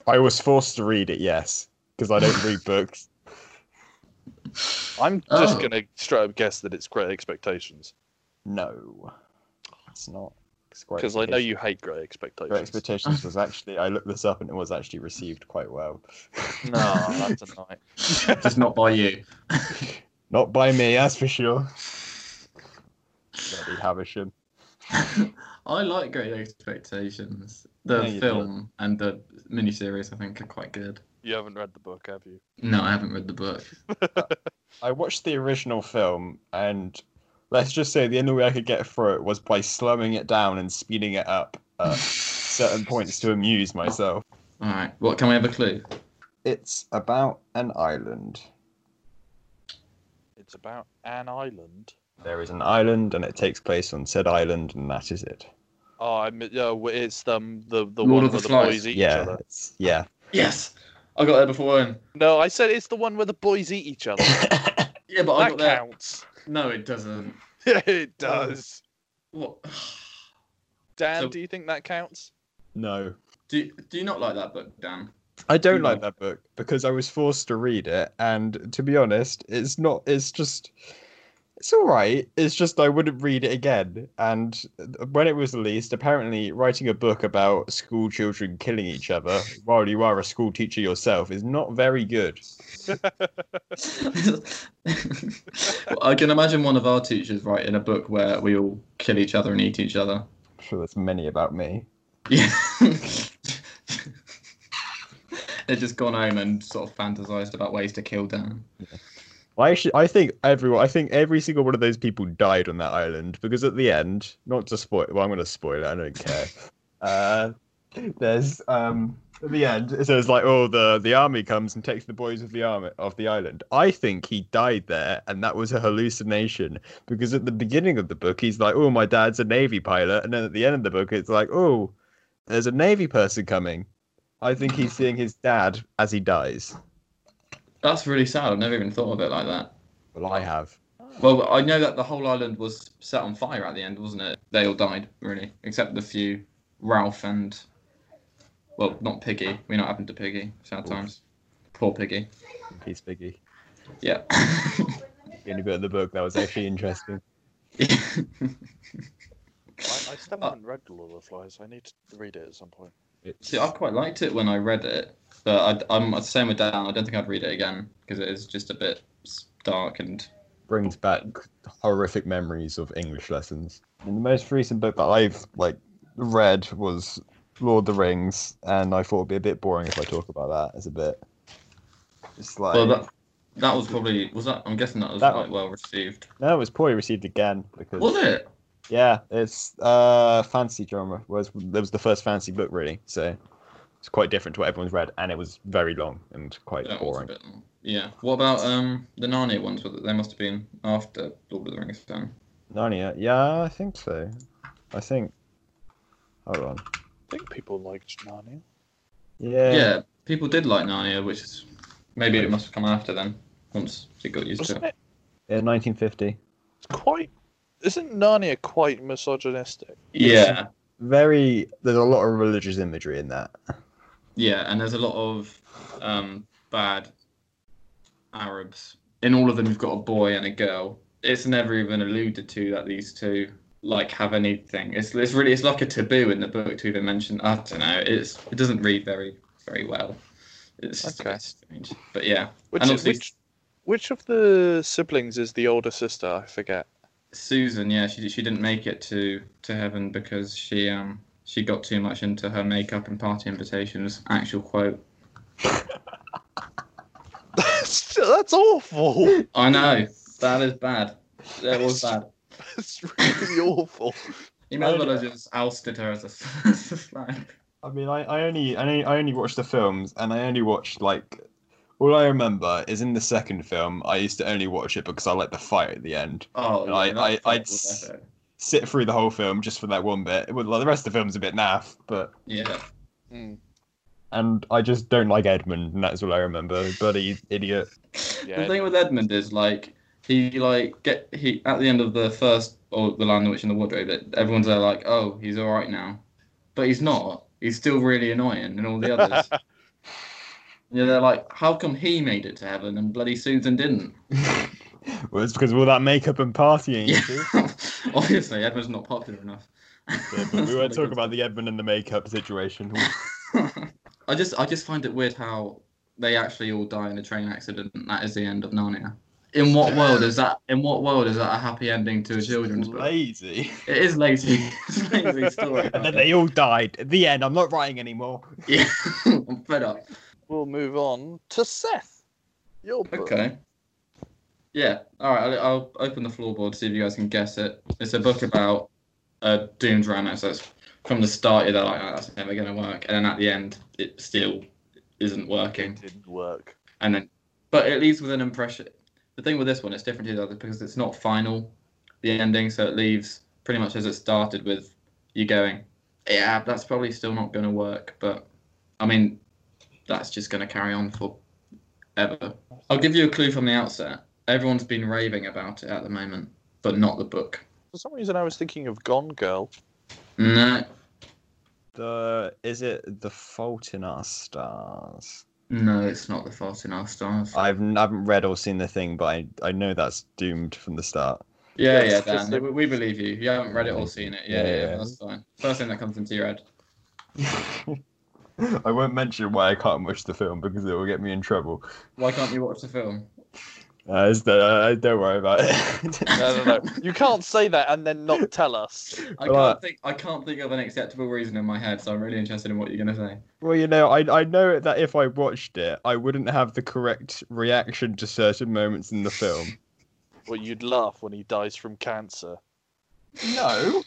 C: I was forced to read it, yes, because I don't read books.
D: I'm just
B: Oh.
D: gonna straight up guess that it's Great Expectations
C: No, it's not. It's quite
D: because I know
C: expectations.
D: you hate Great Expectations.
C: Your expectations was actually I looked this up and it was actually received quite well.
D: no, that's a night.
B: Just not by you.
C: Not by me, that's for sure. Bloody Havisham.
B: I like Great Expectations. The
C: Yeah, you do.
B: film and the miniseries, I think, are quite good.
D: You haven't read the book, have you?
B: No, I haven't read the book.
C: I watched the original film and let's just say the only way I could get through it was by slowing it down and speeding it up at Uh, certain points to amuse myself.
B: All right. What can we have a clue?
C: It's about an island.
A: It's about an island.
C: There is an island and it takes place on said island and that is it.
A: Oh, I mean, yeah, w- it's um, the the one
B: Lord of the
A: where the
B: Flies.
A: boys eat each
C: Yeah,
A: other.
C: it's, yeah.
B: Yes, I got there before Owen.
A: No, I said it's the one where the boys eat each other.
B: Yeah, but I
A: that
B: got there.
A: counts.
B: No, it doesn't.
A: Um,
D: it does.
B: What?
A: Dan,
B: So-
A: do you think that counts?
C: No.
B: Do Do you not like that book, Dan?
C: I don't
B: You
C: like that book because I was forced to read it, and to be honest, it's not. It's just, it's all right. It's just I wouldn't read it again. And when it was released, apparently writing a book about school children killing each other while you are a school teacher yourself is not very good.
B: Well, I can imagine one of our teachers writing a book where we all kill each other and eat each other.
C: I'm sure there's many about me.
B: Yeah. They've just gone home and sort of fantasized about ways to kill Dan.
C: I actually, I think everyone, I think every single one of those people died on that island because at the end, not to spoil, well, I'm going to spoil it. I don't care. uh, there's um, at the end, it says like, oh, the the army comes and takes the boys of the army of the island. I think he died there, and that was a hallucination because at the beginning of the book, he's like, oh, my dad's a navy pilot, and then at the end of the book, it's like, oh, there's a navy person coming. I think he's seeing his dad as he dies.
B: That's really sad. I've never even thought of it like that.
C: Well, I have.
B: Well, I know that the whole island was set on fire at the end, wasn't it? They all died, really, except the few Ralph and well, not Piggy. We know what happened to Piggy. Sad times. Poor Piggy.
C: Peace, Biggie.
B: Yeah.
C: the only bit of the book that was actually interesting.
A: I, I still
B: Uh,
A: haven't read Lord of the Flies. I need to read it at some point.
C: It's
B: See, I quite liked it when I read it, but I, I'm the same with Dan. I don't think I'd read it again because it is just a bit s- dark and
C: brings back horrific memories of English lessons. And the most recent book that I've like read was Lord of the Rings, and I thought it'd be a bit boring if I talk about that as a bit. It's like
B: well, that that was probably was that. I'm guessing that was
C: That-
B: quite well received.
C: no, it was poorly received again because
B: Was it?
C: yeah, it's uh fantasy genre. Whereas that was the first fantasy book really, so it's quite different to what everyone's read, and it was very long and quite
B: That was a
C: boring.
B: bit long. Yeah. What about um the Narnia ones? Were- They must have been after Lord of the Rings. Then.
C: Narnia, yeah, I think so. I think. Hold on.
A: I think people liked Narnia.
B: Yeah. people did like Narnia, which is maybe it must have come after then once they got used to
A: Wasn't
B: it.
A: it?
C: Yeah, 1950.
A: It's quite. Isn't Narnia quite misogynistic?
B: Yeah,
C: Very. There's a lot of religious imagery in that.
B: yeah, and there's a lot of um bad Arabs. In all of them, you've got a boy and a girl. It's never even alluded to that these two like have anything. It's it's really it's like a taboo in the book to even mention. I don't know. It's it doesn't read very very well. It's just a
A: Okay.
B: bit strange, but yeah.
A: Which,
B: And obviously-
A: which, which of the siblings is the older sister? I forget.
B: Susan, yeah, she she didn't make it to to heaven because she um she got too much into her makeup and party invitations. Actual quote.
D: That's, that's awful.
B: I know that is bad. That was bad.
D: That's really awful.
B: You might as well have just ousted her as a, as a flag.
C: I mean, I, I only I only, I only watched the films, and I only watched like All I remember is in the second film, I used to only watch it because I liked the fight at the end.
B: Oh,
C: And I-
B: yeah, that
C: I-
B: fight
C: I'd
B: was
C: s-
B: epic.
C: Sit through the whole film just for that one bit. It would- like, the rest of the film's a bit naff, but
B: Yeah.
C: and I just don't like Edmund, and that's all I remember. Bloody idiot.
A: Yeah.
B: The thing with Edmund is like he like get he at the end of the first or the Lion, the Witch, and the Wardrobe. That everyone's there like, oh, he's all right now, but he's not. He's still really annoying, and all the others. yeah, they're like, how come he made it to heaven and bloody Susan didn't?
C: well, it's because of all that makeup and partying. you
B: Yeah.
C: see.
B: Obviously, Edmund's not popular enough.
C: Yeah, but we won't talk about the Edmund and the makeup situation.
B: I just I just find it weird how they actually all die in a train accident and that is the end of Narnia. In what world is that in what world is that a happy ending to a children's book?
C: Lazy.
B: It is lazy. it's a lazy story.
C: and then they all died. At the end, I'm not writing anymore.
B: yeah. I'm fed up.
A: We'll move on to Seth. Your book.
B: Okay. Yeah. All right. I'll, I'll open the floorboard see if you guys can guess it. It's a book about a doomed romance. That's from the start. You're there like, oh, that's never gonna work, and then at the end, it still isn't working.
A: It didn't work.
B: and then but it leaves with an impression the thing with this one it's different to the others because it's not final the ending so it leaves pretty much as it started with you going yeah that's probably still not going to work but i mean that's just going to carry on for ever i'll give you a clue from the outset everyone's been raving about it at the moment but not the book
A: For some reason, I was thinking of Gone Girl.
B: no
C: The is it the Fault in Our Stars?
B: no it's not the fault in our stars
C: I've n- I haven't read or seen the thing, but I I know that's doomed from the start.
B: yeah yeah
A: Yes, it's
B: Dan,
A: the-
B: we- we believe you you haven't read it or seen it yeah
C: Yeah,
B: yeah,
C: yeah.
B: that's fine first thing that comes into your head
C: I won't mention why I can't watch the film because it will get me in trouble.
B: why can't you watch the film
C: Uh, it's the, uh, don't worry about it.
A: No, no, no. you can't say that and then not tell us.
B: I
C: Well, uh,
B: can't think. I can't think of an acceptable reason in my head, so I'm really interested in what you're gonna say.
C: Well, you know, I I know that if I watched it, I wouldn't have the correct reaction to certain moments in the film.
A: Well, you'd laugh when he dies from cancer.
C: No.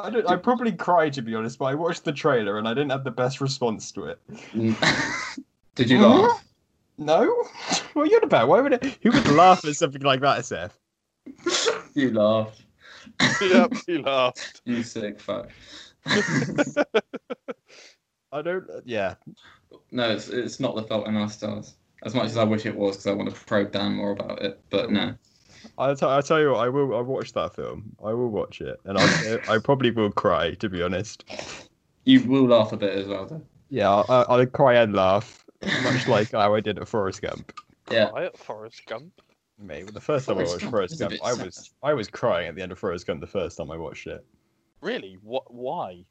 C: I don't, I probably cried to be honest, but I watched the trailer and I didn't have the best response to it. Mm.
B: Did you
C: Huh?
B: laugh?
C: No? What are you on about? Why would it, who would laugh at something like that, Seth?
B: You laughed.
D: yep, he laughed.
B: You sick fuck.
C: I don't. Yeah.
B: no, it's it's not the fault in our stars. As much as I wish it was, because I want to probe Dan more about it. But no.
C: I'll, t- I'll tell you what. I will. I'll watch that film. I will watch it, and I'll, I probably will cry. To be honest.
B: You will laugh a bit as well, though.
C: Yeah. I'll, I'll cry and laugh, much like how I did at Forrest Gump.
B: Yeah.
A: Quiet Forrest Gump.
C: Mate, the first time I
B: Forrest
C: watched
B: Gump
C: Forrest
B: is a
C: Gump,
B: bit
C: I
B: sad.
C: was I was crying at the end of Forrest Gump the first time I watched it.
A: Really? What? Why?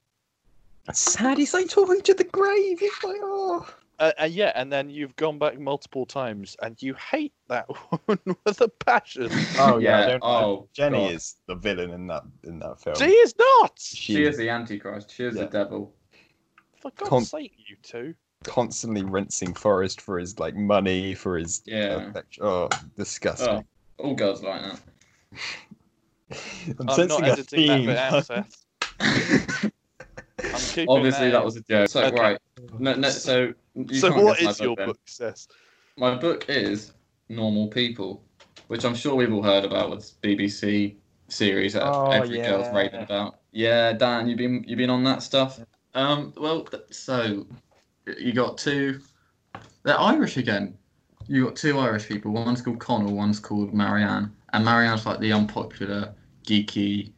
C: That's sad. He's like talking to the grave. He's like, oh.
A: Uh, uh, yeah, and then you've gone back multiple times and you hate that one with a passion.
C: Oh yeah. I don't-
B: Oh,
C: Jenny
B: God.
C: is the villain in that in that film.
A: She is not!
B: She,
C: She
B: is the antichrist. She is
C: Yeah.
B: the devil.
A: For God's
C: Con-
A: sake, you two.
C: constantly rinsing Forrest for his like money for his
B: Yeah.
C: affection. Oh, disgusting.
B: Oh, all girls like that.
C: I'm,
A: I'm
C: sensing
A: not
C: a
A: editing that
C: theme.
A: bit out, Seth. I'm keeping
B: Obviously,
A: that
B: that
A: in.
B: was a joke. So
A: Okay.
B: right. No, no, so you
D: so
B: can't
D: what
B: guess my
D: is your
B: then.
D: book, Seth?
B: My book is Normal People, which I'm sure we've all heard about with BBC series that
C: Oh,
B: every girl's
C: yeah.
B: raving about. Yeah, Dan, you've been you've been on that stuff. Um, well, th- so you got two. They're Irish again. You got two Irish people. One's called Connell. One's called Marianne. And Marianne's like the unpopular, geeky,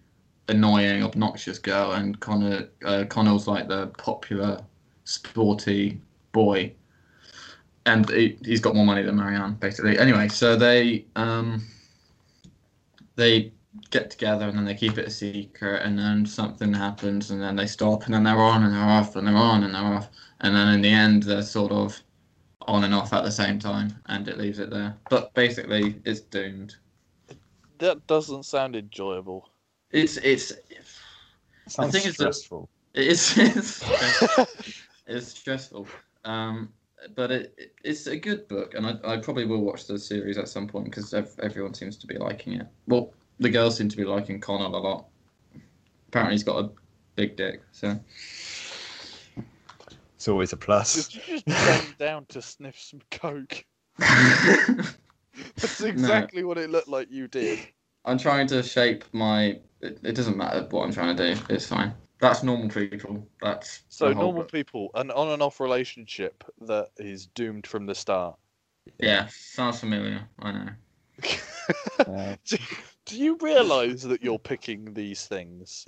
B: annoying, obnoxious girl, and Connor uh, Connell's like the popular, sporty boy and he, he's got more money than Marianne, basically. Anyway, so they um, they get together and then they keep it a secret, and then something happens, and then they stop, and then they're on and they're off, and they're on and they're off, and then in the end they're sort of on and off at the same time, and it leaves it there. But basically, it's doomed.
A: That doesn't sound enjoyable.
B: It's it's
C: Sounds
B: thing is that-
C: stressful.
B: it's it's. it's stressful. Um, but it, it- it's a good book, and I, I probably will watch the series at some point because ev- everyone seems to be liking it. Well, the girls seem to be liking Connell a lot. Apparently, he's got a big dick. So
C: It's always a plus.
D: Did you just bend down to sniff some coke? That's exactly what it looked like you did.
B: I'm trying to shape my. It, it doesn't matter what I'm trying to do. It's fine. That's normal people. That's
A: So
B: the whole
A: normal
B: book.
A: people, an on and off relationship that is doomed from the start.
B: Yeah, sounds familiar. I know.
C: Yeah.
A: Do you realise that you're picking these things,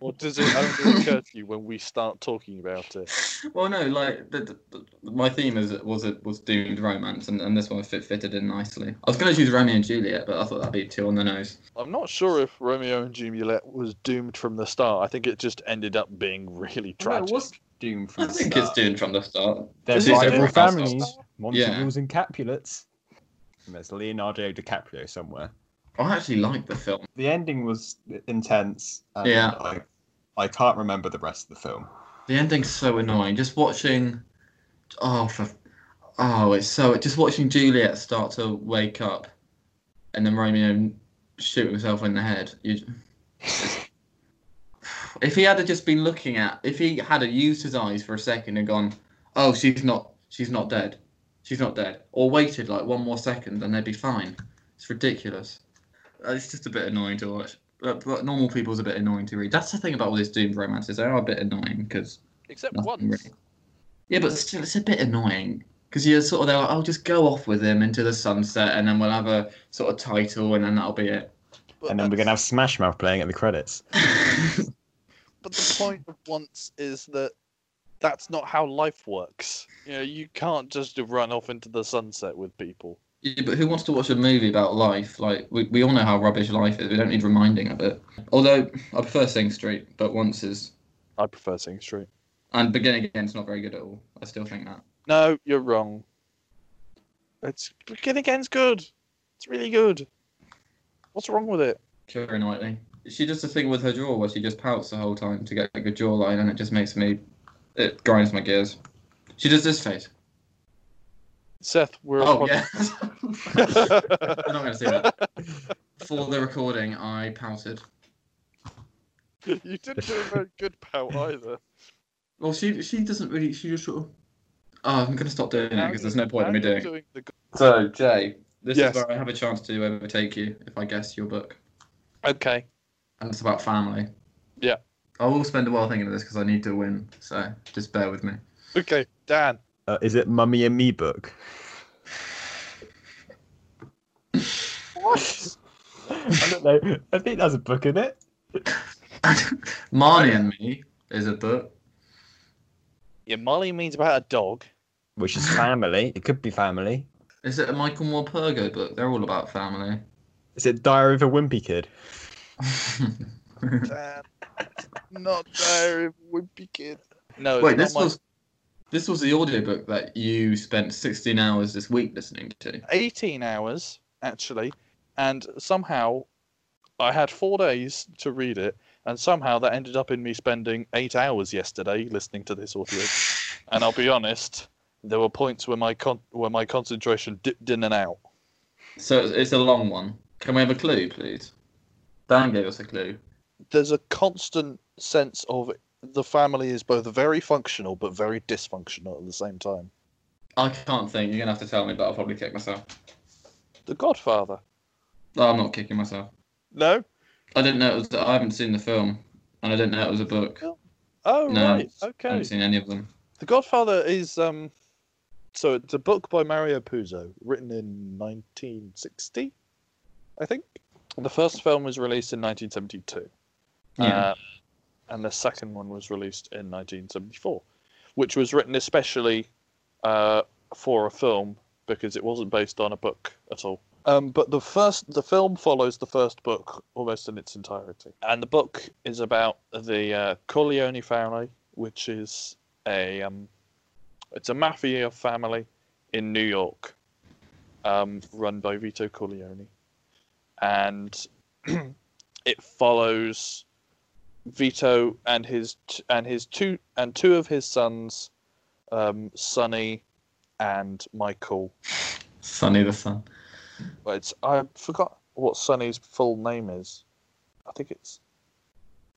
A: or does it only occur to you when we start talking about it?
B: Well, no, like the, the- the, my theme is was it was doomed romance, and, and this one fit, fitted in nicely. I was gonna choose Romeo and Juliet, but I thought that'd be too on the nose.
A: I'm not sure if Romeo and Juliet was doomed from the start. I think it just ended up being really tragic.
C: doomed
B: I
C: from
B: think it's doomed from the start.
C: There's
B: Is it
C: rival
B: different?
C: families,
B: Yeah.
C: Montagues and Capulets. And there's Leonardo DiCaprio somewhere.
B: I actually like the film.
C: The ending was intense. And
B: Yeah.
C: I, I can't remember the rest of the film.
B: The ending's so annoying. Just watching, oh, for, oh, it's so just watching Juliet start to wake up, and then Romeo shoot himself in the head. You, if he had just been looking at, if he had used his eyes for a second and gone, oh, she's not, she's not dead, she's not dead, or waited like one more second, then they'd be fine. It's ridiculous. Uh, It's just a bit annoying to watch. But, but normal people's a bit annoying to read. That's the thing about all these doomed romances. They are a bit annoying because
A: Except
B: Nothing
A: once.
B: really. yeah, but still, it's a bit annoying because you're sort of there. Like, I'll just go off with him into the sunset, and then we'll have a sort of title, and then that'll be it.
A: But
C: and then
A: that's-
C: we're going to have Smash Mouth playing at the credits.
A: But the point of once is that that's not how life works. You know, you can't just run off into the sunset with people.
B: yeah, but who wants to watch a movie about life? Like we, we all know how rubbish life is. We don't need reminding of it. Although I prefer Sing Street, but once is
A: I prefer Sing Street.
B: and Begin Again's not very good at all. I still think that.
A: No, you're wrong. It's Begin Again's good. It's really good. What's wrong with it?
B: Keira Knightley. She does the thing with her jaw where she just pouts the whole time to get a good jawline, and it just makes me, it grinds my gears. She does this face.
A: Seth, we're a
B: Oh
A: pod-
B: yeah. I'm not going to say that. For the recording, I pouted.
D: You didn't do a very good pout either.
B: Well, she she doesn't really. She just sort of. Oh, I'm going to stop doing it
D: Now
B: because
D: you-
B: there's no point in
D: now
B: me
D: you're
B: doing.
D: doing
B: it.
D: the g-
B: So Jay, this
D: Yes.
B: is where I have a chance to overtake you if I guess your book,
A: okay.
B: and it's about family.
A: Yeah.
B: I will spend a while thinking of this because I need to win. So just bear with me.
D: Okay, Dan.
C: Uh, is it Mummy and Me book? what? I don't know. I think that's a book in it.
B: Marnie and Me is a book.
A: Yeah, Molly means about a dog.
C: Which is family. It could be family.
B: Is it a Michael Moore Purgo book? They're all about family.
C: Is it Diary of a Wimpy Kid?
D: Dan. Not there, wimpy kid.
A: No, it's
B: Wait,
A: not
B: this
A: my-
B: was this was the audiobook that you spent 16 hours this week listening to.
A: 18 hours actually, and somehow I had four days to read it, and somehow that ended up in me spending eight hours yesterday listening to this audio. and I'll be honest, there were points where my con- where my concentration dipped in and out.
B: So it's- it's a long one. Can we have a clue, please? Dan gave us a clue.
A: There's a constant sense of the family is both very functional but very dysfunctional at the same time.
B: I can't think. You're gonna have to tell me, but I'll probably kick myself.
A: The Godfather.
B: No, I'm not kicking myself.
D: No?
B: I didn't know it was. I haven't seen the film, and I didn't know it was a book.
A: Oh
B: No,
A: right,
B: I
A: okay.
B: haven't seen any of them.
A: The Godfather is um, so it's a book by Mario Puzo, written in 1960, I think. The first film was released in 1972,
B: Yeah.
A: uh, and the second one was released in 1974, which was written especially uh, for a film because it wasn't based on a book at all. Um, but the first, the film follows the first book almost in its entirety, and the book is about the uh, Corleone family, which is a um, it's a mafia family in New York, um, run by Vito Corleone, and it follows Vito and his t- and his two and two of his sons, um, Sonny and Michael.
B: Sunny the Sun.
A: Well, It's I forgot what Sonny's full name is. I think it's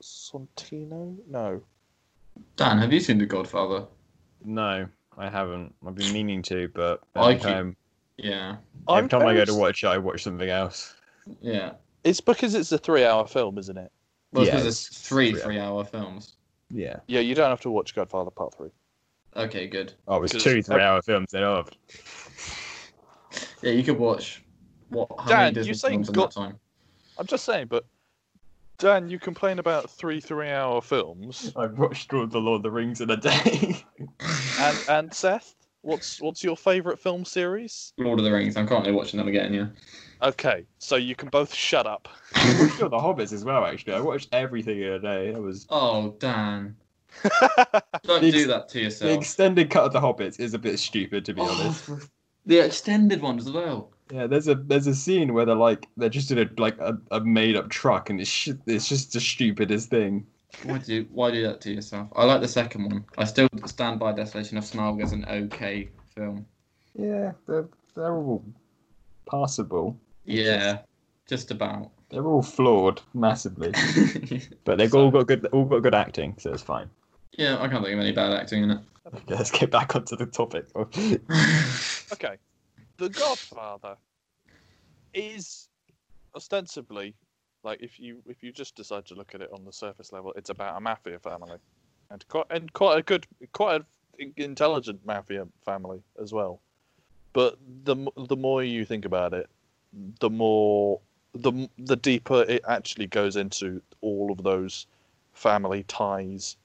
A: Santino. No,
B: Dan, have you seen The Godfather?
C: No, I haven't. I've been meaning to, but
B: I
C: every
B: keep-
C: time,
B: Yeah,
C: every
A: I'm
C: time I go to
A: very-
C: watch it, I watch something else.
B: yeah.
A: It's because it's a three-hour film, isn't it?
B: Well,
C: Yeah,
B: because
C: it's
B: it's three
C: three
B: three-hour films.
C: Yeah.
A: Yeah, you don't have to watch Godfather Part Three.
B: Okay, good.
C: Oh, it's
A: Just-
C: two three-hour films. Then oh,
B: Yeah, you could watch. What? How
A: Dan,
B: many Disney
A: you say
B: films in
A: got-
B: that time?
A: I'm just saying, but Dan, you complain about three three-hour films,
C: I've watched all the Lord of the Rings in a day.
A: and and Seth, what's what's your favourite film series?
B: Lord of the Rings. I'm currently watching them again. Yeah.
A: Okay, so you can both shut up.
C: I watched all the Hobbits as well. Actually, I watched everything in a day. That was
B: Oh, Dan. Don't
C: The ex-
B: do that to
C: the
B: yourself.
C: extended cut of the Hobbits is a bit stupid, to be
B: Oh,
C: honest.
B: for- the extended ones as well.
C: Yeah, there's a there's a scene where they're like they're just in a like a, a made up truck, and it's sh- it's just the stupidest thing.
B: Why do you, why do that to yourself? I like the second one. I still stand by Desolation of Smaug as an okay film.
C: Yeah, they're they're all passable.
B: Yeah, just about.
C: They're all flawed massively, but they've all got good all got good acting, so it's fine.
B: yeah, I can't think of any bad acting in it.
C: Okay, let's get back onto the topic.
A: Okay, The Godfather is ostensibly like if you if you just decide to look at it on the surface level, it's about a mafia family, and quite and quite a good, quite an intelligent mafia family as well. But the m- the more you think about it, the more the m- the deeper it actually goes into all of those family ties,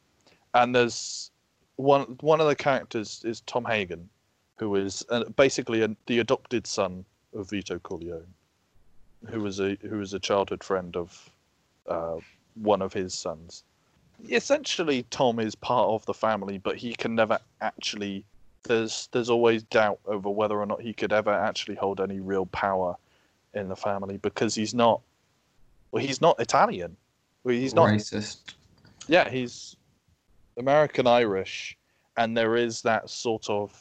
A: and there's one one of the characters is Tom Hagen, who is uh, basically an the adopted son of Vito Corleone, who was a who was a childhood friend of uh, one of his sons. Essentially, Tom is part of the family, but he can never actually. There's there's always doubt over whether or not he could ever actually hold any real power in the family because he's not. Well, he's not Italian. Well, he's not
B: racist.
A: yeah, he's American Irish, and there is that sort of.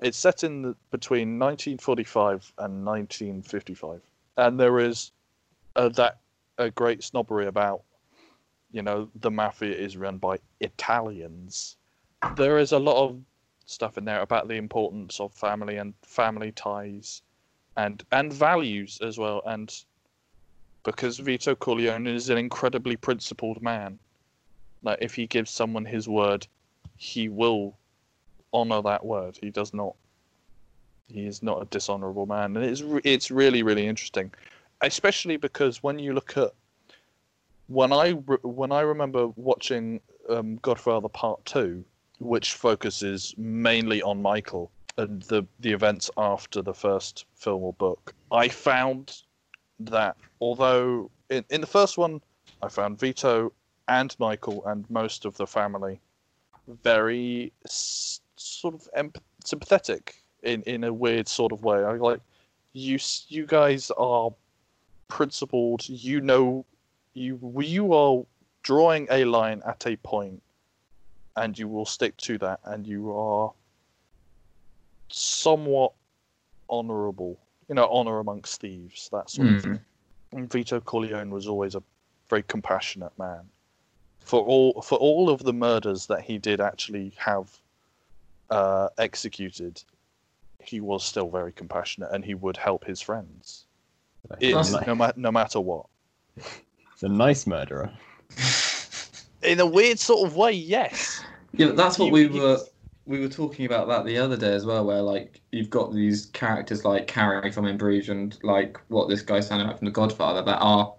A: It's set in the, between 1945 and 1955, and there is uh that a great snobbery about, you know, the mafia is run by Italians. There is a lot of stuff in there about the importance of family and family ties, and and values as well, and because Vito Corleone is an incredibly principled man. Like if he gives someone his word, he will honor that word. He does not. He is not a dishonorable man, and it's re- it's really really interesting, especially because when you look at when I re- when I remember watching um, Godfather Part Two, which focuses mainly on Michael and the the events after the first film or book, I found that although in, in the first one I found Vito and Michael and most of the family very s- sort of emp- sympathetic in, in a weird sort of way. I like you s- you guys are principled. You know you you are drawing a line at a point and you will stick to that and you are somewhat honorable. You know, honor amongst thieves, that sort of thing.
B: Hmm.
A: And Vito Corleone was always a very compassionate man. For all for all of the murders that he did actually have uh, executed, he was still very compassionate, and he would help his friends, It-
C: It's,
B: That's-
C: a,
A: no, ma- no matter what.
C: nice murderer.
A: In a weird sort of way, yes.
B: Yeah, but that's what
A: You-
B: we
A: you-
B: were we were talking about that the other day as well, where like you've got these characters like Carrie from In Bruges and like what this guy sounded like from The Godfather that are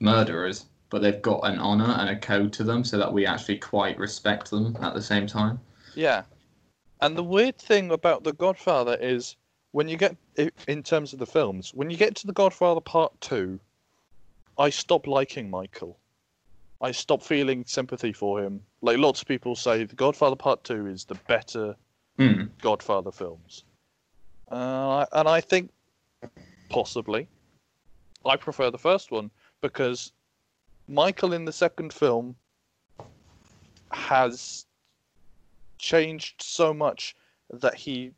B: murderers, but they've got an honour and a code to them, so that we actually quite respect them at the same time.
A: Yeah. And the weird thing about The Godfather is when you get i- in terms of the films, when you get to The Godfather Part 2, I stop liking Michael. I stop feeling sympathy for him. Like lots of people say The Godfather Part 2 is the better
B: Hmm.
A: Godfather films. Uh, and I think possibly I prefer the first one because Michael in the second film has changed so much that he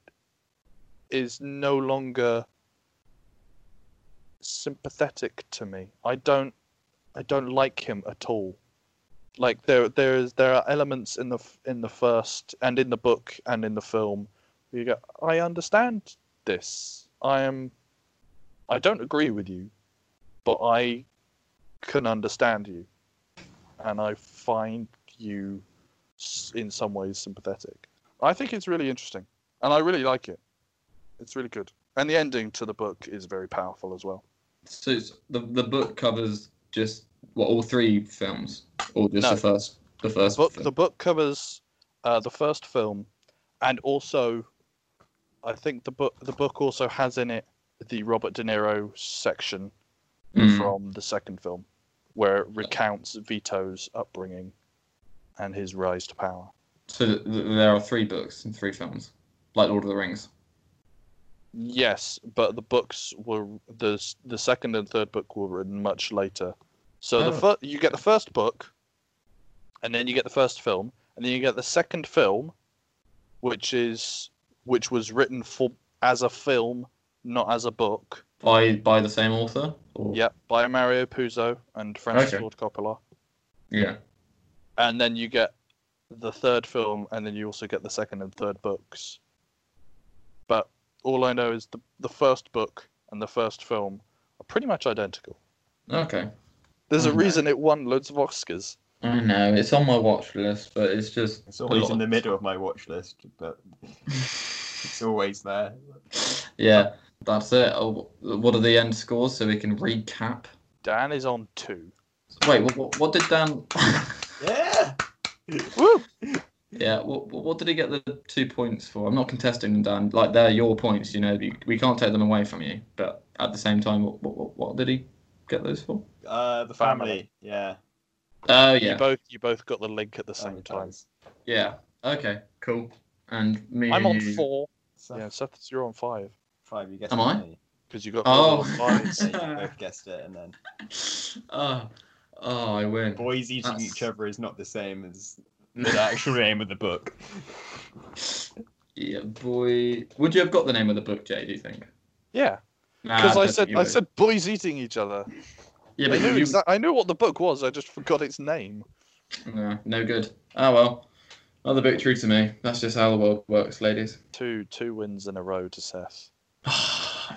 A: is no longer sympathetic to me. I don't I don't like him at all. Like there, there is there are elements in the f- in the first and in the book and in the film. Where you go, I understand this. I am. I don't agree with you, but I can understand you, and I find you s- in some ways sympathetic. I think it's really interesting, and I really like it. It's really good, and the ending to the book is very powerful as well.
B: So it's, the the book covers just what all three films, or just
A: No.
B: the first the
A: The
B: first
A: book,
B: film?
A: the book covers uh, the first film, and also, I think the book the book also has in it the Robert De Niro section
B: Mm.
A: from the second film, where it recounts Vito's upbringing and his rise to power.
B: So th- there are three books and three films, like Lord of the Rings.
A: Yes, but the books were the s- the second and third book were written much later. So the fir- you get the first book, and then you get the first film, and then you get the second film, which is which was written for as a film, not as a book.
B: By by the same author? Or...
A: Yep, by Mario Puzo and Francis
B: Okay.
A: Ford Coppola.
B: Yeah.
A: And then you get the third film, and then you also get the second and third books. But all I know is the the first book and the first film are pretty much identical.
B: Okay.
A: There's a
B: Okay.
A: reason it won loads of Oscars.
B: I know it's on my watch list, but it's just
C: It's always in the middle of my watch list, but it's always there.
B: yeah. That's it. Oh, what are the end scores so we can recap?
A: Dan is on two.
B: Wait, what, what, what did Dan?
C: Yeah.
A: Woo!
B: yeah, what, what what did he get the two points for? I'm not contesting them, Dan. Like they're your points, you know. We, we can't take them away from you. But at the same time, what what, what, what did he get those for?
C: Uh, the family.
A: Family.
C: Yeah.
B: Oh
A: You
B: yeah,
A: both you both got the link at the same
C: Family
A: time.
C: ties.
B: yeah. Okay, cool. And me.
A: I'm on
B: and you-
A: four.
C: So
A: Yeah, Seth, you're on five
C: five. You guessed
B: Am
C: it,
B: I?
C: didn't you?
A: because you got
B: Oh.
A: Golden Lions.
C: Yeah, you both guessed it, and then
B: Oh, oh, I win.
C: boys eating
B: That's-
C: each other is not the same as the actual name of the book.
B: yeah, boy. Would you have got the name of the book, Jay? Do you think?
A: Yeah,
B: Nah,
A: because I
B: don't
A: said
B: think Ah, you
A: I
B: would.
A: said boys eating each other.
B: Yeah,
A: I
B: but
A: knew
B: you,
A: exa- I knew what the book was. I just forgot its name.
B: no, no good. Oh well, another victory to me. That's just how the world works, ladies.
A: Two two wins in a row to Seth.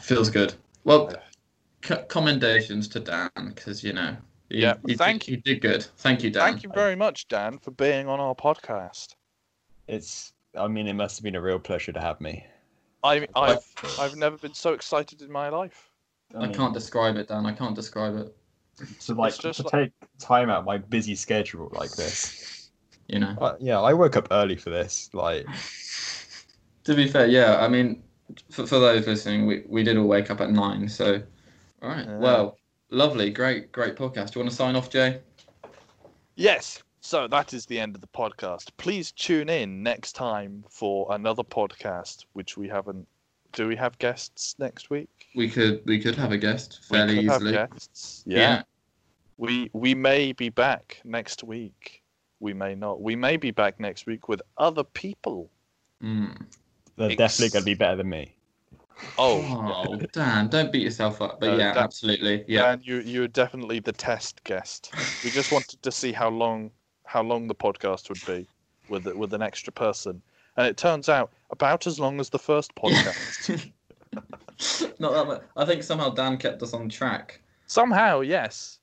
B: Feels good. Well, c- commendations to Dan because you know. he-
A: Yeah,
B: he
A: thank
B: did, you. He did good. Thank you, Dan.
A: Thank you very much, Dan, for being on our podcast.
C: It's. I mean, it must have been a real pleasure to have me.
A: I I've I've never been so excited in my life.
B: I
C: mean,
B: can't describe it, Dan. I can't describe it.
C: to like
A: It's just
C: to
A: like-
C: take time out of my busy schedule like this.
B: You know.
C: Uh, yeah, I woke up early for this. Like,
B: To be fair, yeah. I mean, for, for those listening, we, we did all wake up at nine. So, all right.
A: Yeah.
B: Well, lovely, great, great podcast. Do you want to sign off, Jay?
A: Yes. So that is the end of the podcast. Please tune in next time for another podcast, which we haven't. Do we have guests next week?
B: We could we could have a guest
A: We
B: fairly
A: could have
B: easily.
A: guests. Yeah. We we may be back next week. We may not. We may be back next week with other people. Oh.
B: Yeah. Mm.
C: they're
A: Ex-
C: definitely going to be better than me.
A: Oh,
B: Oh, Dan, don't beat yourself up. But
A: No,
B: yeah,
A: Dan-
B: absolutely.
A: yeah.
B: Yeah.
A: you you're definitely the test guest. We just wanted to see how long how long the podcast would be with with an extra person, and it turns out about as long as the first podcast.
B: Not that much. I think somehow Dan kept us on track.
A: Somehow, yes.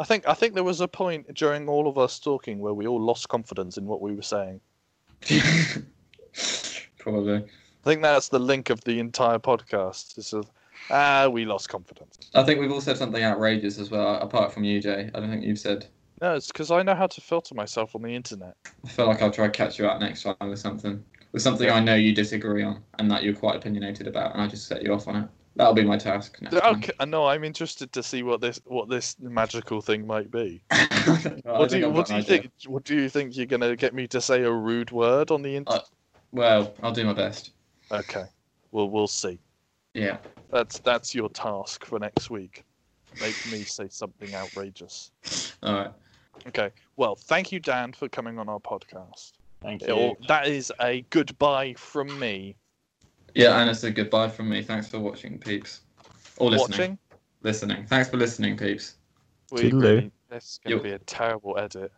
A: I think I think there was a point during all of us talking where we all lost confidence in what we were saying.
B: Probably.
A: I think that's the link of the entire podcast. It's just, ah, we lost confidence.
B: I think we've all said something outrageous as well, apart from you, Jay. I don't think you've said.
A: No, it's because I know how to filter myself on the internet.
B: I feel like I'll try to catch you out next time with something. With something I know you disagree on and that you're quite opinionated about, and I just set you off on it. That'll be my task next time.
A: Okay, no, I'm interested to see what this what this magical thing might be.
B: I
A: what do
B: think
A: you
B: I've
A: what
B: got
A: do
B: an
A: you
B: idea.
A: think? What do you think you're gonna get me to say a rude word on the internet?
B: Well, I'll do my best.
A: okay, well we'll see.
B: Yeah.
A: That's that's your task for next week. Make me say something outrageous.
B: All right.
A: Okay. Well, thank you, Dan, for coming on our podcast.
C: Thank you.
A: It'll- that is a goodbye from me.
B: Yeah, and it's a goodbye from me. Thanks for watching, peeps. Or listening.
A: Watching.
B: Listening. Thanks for listening, peeps.
A: We
C: Toodaloo.
A: really, this is going
B: Yo.
A: to be a terrible edit.